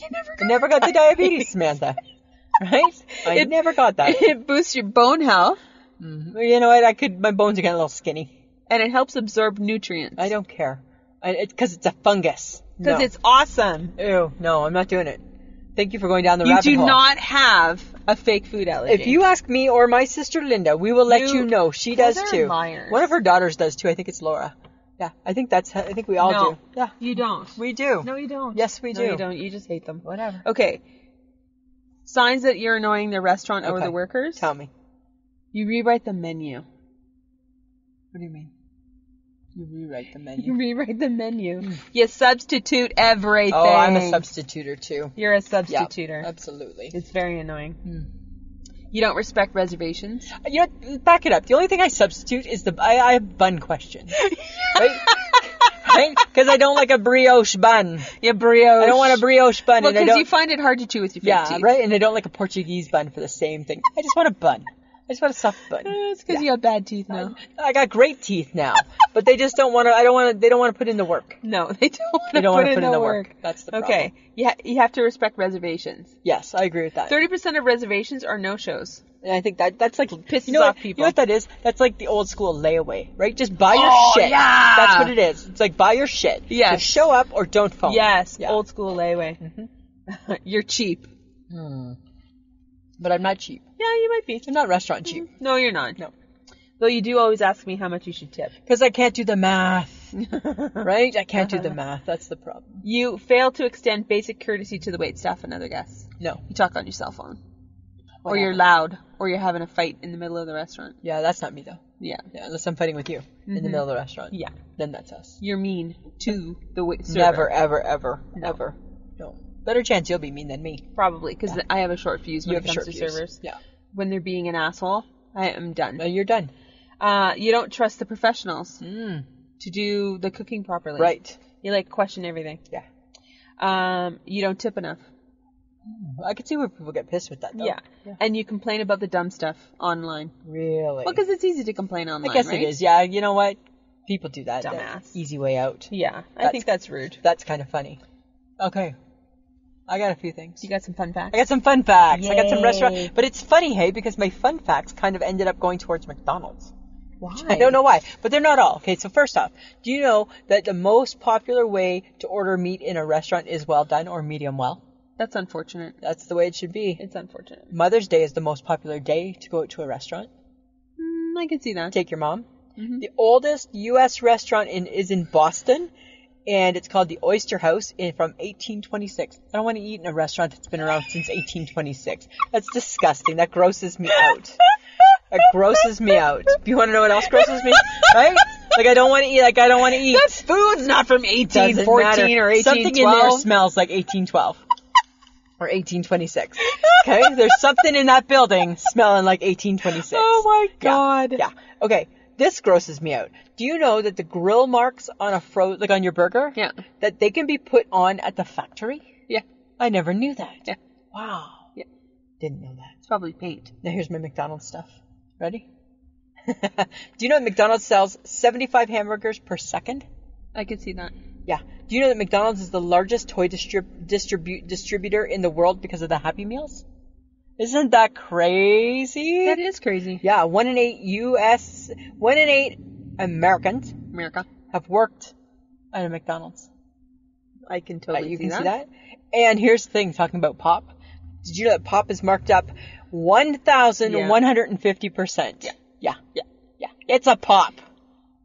A: You never
B: I never got the diabetes, Samantha. Right? I
A: It-
B: never got that.
A: It boosts your bone health
B: Well, you know what? I could. My bones are getting a little skinny.
A: and it helps absorb nutrients.
B: I don't care. Because it, 'cause it's a fungus.
A: Because
B: No.
A: it's awesome.
B: ew. No, I'm not doing it. Thank you for going down the
A: You
B: rabbit
A: do
B: hole.
A: not have a fake food allergy.
B: If you ask me or my sister Linda, we will let you,
A: You-
B: know. She
A: Well,
B: does
A: they're
B: too.
A: liars.
B: One of her daughters does too. I think it's Laura. Yeah, I think that's. I think we all
A: no,
B: do. Yeah,
A: you don't.
B: we do.
A: no, you don't.
B: Yes, we
A: No,
B: do.
A: you don't. You just hate them.
B: Whatever.
A: Okay. Signs that you're annoying the restaurant or
B: Okay.
A: the workers.
B: Tell me.
A: You rewrite the menu.
B: What do you mean? You rewrite the
A: You
B: menu.
A: rewrite the menu. You substitute everything.
B: Oh, I'm a substituter too.
A: You're a
B: Yeah,
A: substituter.
B: absolutely.
A: It's very annoying. You don't respect reservations.
B: You know, back it up. The only thing I substitute is the I, I have bun questions. Right? right? Because I don't like a brioche bun.
A: Yeah, brioche.
B: I don't want a brioche bun,
A: Well,
B: and I
A: because
B: don't.
A: you find it hard to chew with your
B: yeah,
A: teeth.
B: right. And I don't like a Portuguese bun for the same thing. I just want a bun. I just want a soft bun.
A: Uh, It's because you have bad teeth now.
B: I got great teeth now, but they just don't want to. I don't want to. They don't want to put in the work.
A: No, they don't want
B: They
A: to
B: don't
A: put,
B: want to
A: in, the work.
B: That's the problem.
A: Okay, you, ha- you have to respect reservations.
B: Yes, I agree with that.
A: Thirty percent of reservations are no shows.
B: And I think that that's like
A: Pisses
B: you know
A: off
B: what,
A: people.
B: You know what that is? That's like the old school layaway, right? Just buy your
A: Oh,
B: shit.
A: yeah.
B: That's what it is. It's like buy your shit.
A: Yes.
B: Just show up or don't phone.
A: Yes,
B: Yeah.
A: old school layaway. Mm-hmm. You're cheap.
B: Hmm. But I'm not cheap.
A: Yeah, you might be.
B: I'm not restaurant cheap
A: No, you're not.
B: No.
A: Though you do always ask me how much you should tip.
B: because I can't do the math. right? I can't do the
A: Uh-huh.
B: math. That's the problem.
A: You fail to extend basic courtesy to the wait staff and other guests.
B: No.
A: You talk on your cell phone. Or
B: Whatever.
A: you're loud. Or you're having a fight in the middle of the restaurant.
B: Yeah, that's not me though.
A: Yeah.
B: Yeah, unless I'm fighting with you in the middle of the restaurant.
A: Mm-hmm. Yeah.
B: Then that's us.
A: You're mean to the wait server.
B: Never, ever, ever, ever. No. Better chance you'll be mean than me.
A: Probably, because I have a short fuse when
B: You
A: it
B: have a
A: comes
B: short
A: to
B: fuse.
A: servers.
B: Yeah.
A: When they're being an asshole, I am done.
B: No, you're done.
A: Uh, you don't trust the professionals to do the cooking properly.
B: Right.
A: You like question everything.
B: Yeah.
A: Um, you don't tip enough.
B: I could see where people get pissed with that though.
A: Oh, Yeah. And you complain about the dumb stuff online.
B: Really?
A: Well, because it's easy to complain online.
B: I guess
A: right?
B: it is. Yeah, you know what? People do that.
A: Dumbass.
B: Easy way out.
A: Yeah, I
B: That's-
A: think that's rude.
B: That's kind of funny. Okay. I got a few things.
A: You got some fun facts.
B: I got some fun facts. I got some
A: Yay.
B: restaurant. But it's funny, hey, because my fun facts kind of ended up going towards McDonald's.
A: Why?
B: I don't know why, but they're not all. Okay, so first off, do you know that the most popular way to order meat in a restaurant is well done or medium well?
A: That's unfortunate.
B: That's the way it should be.
A: It's unfortunate.
B: Mother's Day is the most popular day to go out to a restaurant.
A: Mm, I can see that.
B: Take your mom.
A: Mm-hmm.
B: The oldest U.S. restaurant in, is in Boston, and it's called the Oyster House in, from 1826. I don't want to eat in a restaurant that's been around since 1826. That's disgusting. That grosses me out. That grosses me out. You want to know what else grosses me? Right? Like I don't want to eat. Like I don't want to eat.
A: That food's not from
B: Doesn't
A: 1814
B: matter.
A: or 1812.
B: Something in there smells like 1812 or 1826. Okay, there's something in that building smelling like 1826.
A: Oh my
B: Yeah.
A: god.
B: Yeah. Okay. This grosses me out. Do you know that the grill marks on a fro like on your burger?
A: Yeah.
B: That they can be put on at the factory?
A: Yeah.
B: I never knew that.
A: Yeah.
B: Wow.
A: Yeah.
B: Didn't know that.
A: It's probably paint.
B: Now here's my McDonald's stuff. Ready? Do you know that McDonald's sells 75 hamburgers per second?
A: I can see that.
B: Yeah. Do you know that McDonald's is the largest toy distrib- distribu- distributor in the world because of the Happy Meals? Isn't that crazy?
A: That is crazy.
B: Yeah, one in eight U.S. one in eight Americans
A: America.
B: have worked at a McDonald's.
A: I can
B: Uh,
A: totally
B: you
A: see,
B: can
A: that.
B: see that. And here's the thing, talking about pop. Did you know that pop is marked up one thousand one hundred and fifty percent? Yeah, yeah, yeah, yeah. It's a pop.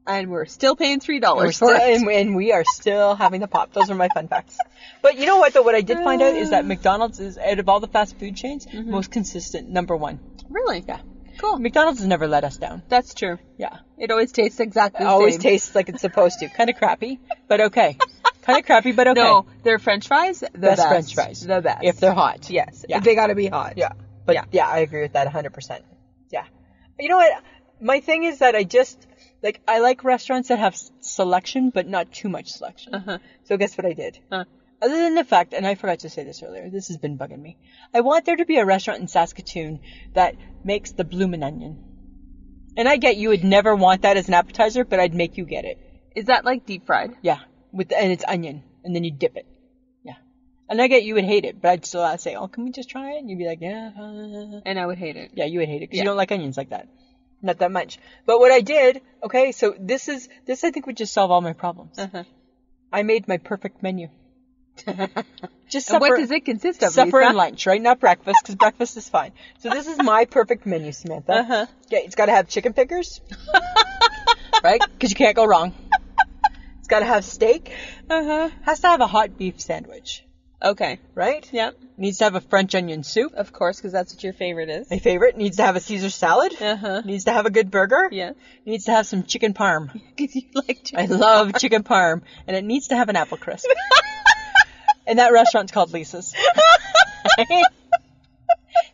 A: And we're still paying three dollars
B: We're
A: for
B: still-
A: it.
B: and, and we are still having the pop. Those are my fun facts. But you know what? Though what I did find out is that McDonald's is out of all the fast food chains most consistent, number one.
A: Really?
B: Yeah,
A: Cool.
B: McDonald's has never let us down.
A: That's true.
B: Yeah.
A: It always tastes exactly
B: It
A: the
B: always
A: same.
B: tastes like it's supposed to. Kind of crappy, but okay. kind of crappy, but okay.
A: No, their French fries, the best,
B: best, French fries.
A: the best.
B: if they're hot.
A: yes,
B: Yeah.
A: they gotta be hot.
B: yeah. But
A: Yeah.
B: yeah. I agree with that 100. percent Yeah. You know what? My thing is that I just like I like restaurants that have s- selection, but not too much selection.
A: Uh-huh.
B: So guess what I did?
A: Huh.
B: Other than the fact, and I forgot to say this earlier, this has been bugging me. I want there to be a restaurant in Saskatoon that makes the bloomin' onion. And I get you would never want that as an appetizer, but I'd make you get it.
A: Is that like deep fried?
B: Yeah, with the, and it's onion, and then you dip it. Yeah, and I get you would hate it, but I'd still I'd say, "Oh, can we just try it?" And you'd be like, "Yeah, uh."
A: And I would hate it.
B: yeah, you would hate it because
A: Yeah.
B: you don't like onions like that, not that much." But what I did, okay, so this is this I think would just solve all my problems.
A: Uh-huh.
B: I made my perfect menu. just
A: And
B: supper,
A: what does it consist of?
B: supper
A: Lisa?
B: and lunch, right? Not breakfast, because breakfast is fine. So this is my perfect menu, Samantha.
A: Uh-huh.
B: Yeah, it's got to have chicken pickers, right? Because you can't go wrong. It's got to have steak
A: Uh-huh.
B: has to have a hot beef sandwich,
A: Okay.
B: right?
A: Yeah.
B: Needs to have a French onion soup.
A: Of course, because that's what your favorite is.
B: My favorite. Needs to have a Caesar salad.
A: Uh-huh.
B: Needs to have a good burger.
A: Yeah.
B: Needs to have some chicken parm.
A: Because you like
B: I
A: chicken.
B: love chicken parm, and it needs to have an apple crisp. and that restaurant's called Lisa's.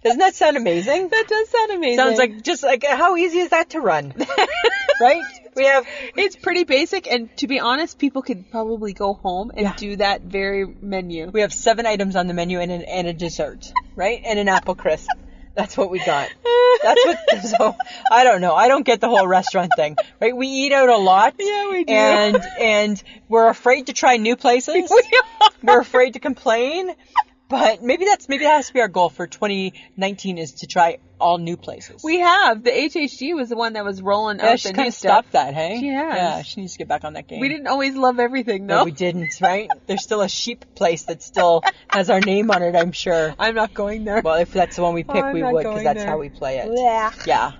B: Doesn't that sound amazing?
A: That does sound amazing.
B: Sounds like just like how easy is that to run, right? We have
A: It's pretty basic, and to be honest, people could probably go home and
B: Yeah.
A: do that very menu.
B: we have seven items on the menu and an, and a dessert, right? And an apple crisp. That's what we got. That's what. So I don't know. I don't get the whole restaurant thing, right? We eat out a lot.
A: Yeah, we do.
B: And and we're afraid to try new places. we're afraid to complain. But maybe that's maybe that has to be our goal for 2019 is to try all new places.
A: we have the HHG was the one that was rolling
B: yeah,
A: up
B: she
A: the
B: kind
A: new
B: of stopped
A: stuff.
B: that, hey?
A: She has.
B: Yeah, she needs to get back on that game.
A: We didn't always love everything,
B: No,
A: though.
B: we didn't, right? There's still a sheep place that still has our name on it, I'm sure.
A: I'm not going there.
B: Well, if that's the one we
A: Oh,
B: pick,
A: I'm
B: we
A: not
B: would, because
A: going
B: that's
A: there.
B: how we play it.
A: Blech.
B: Yeah.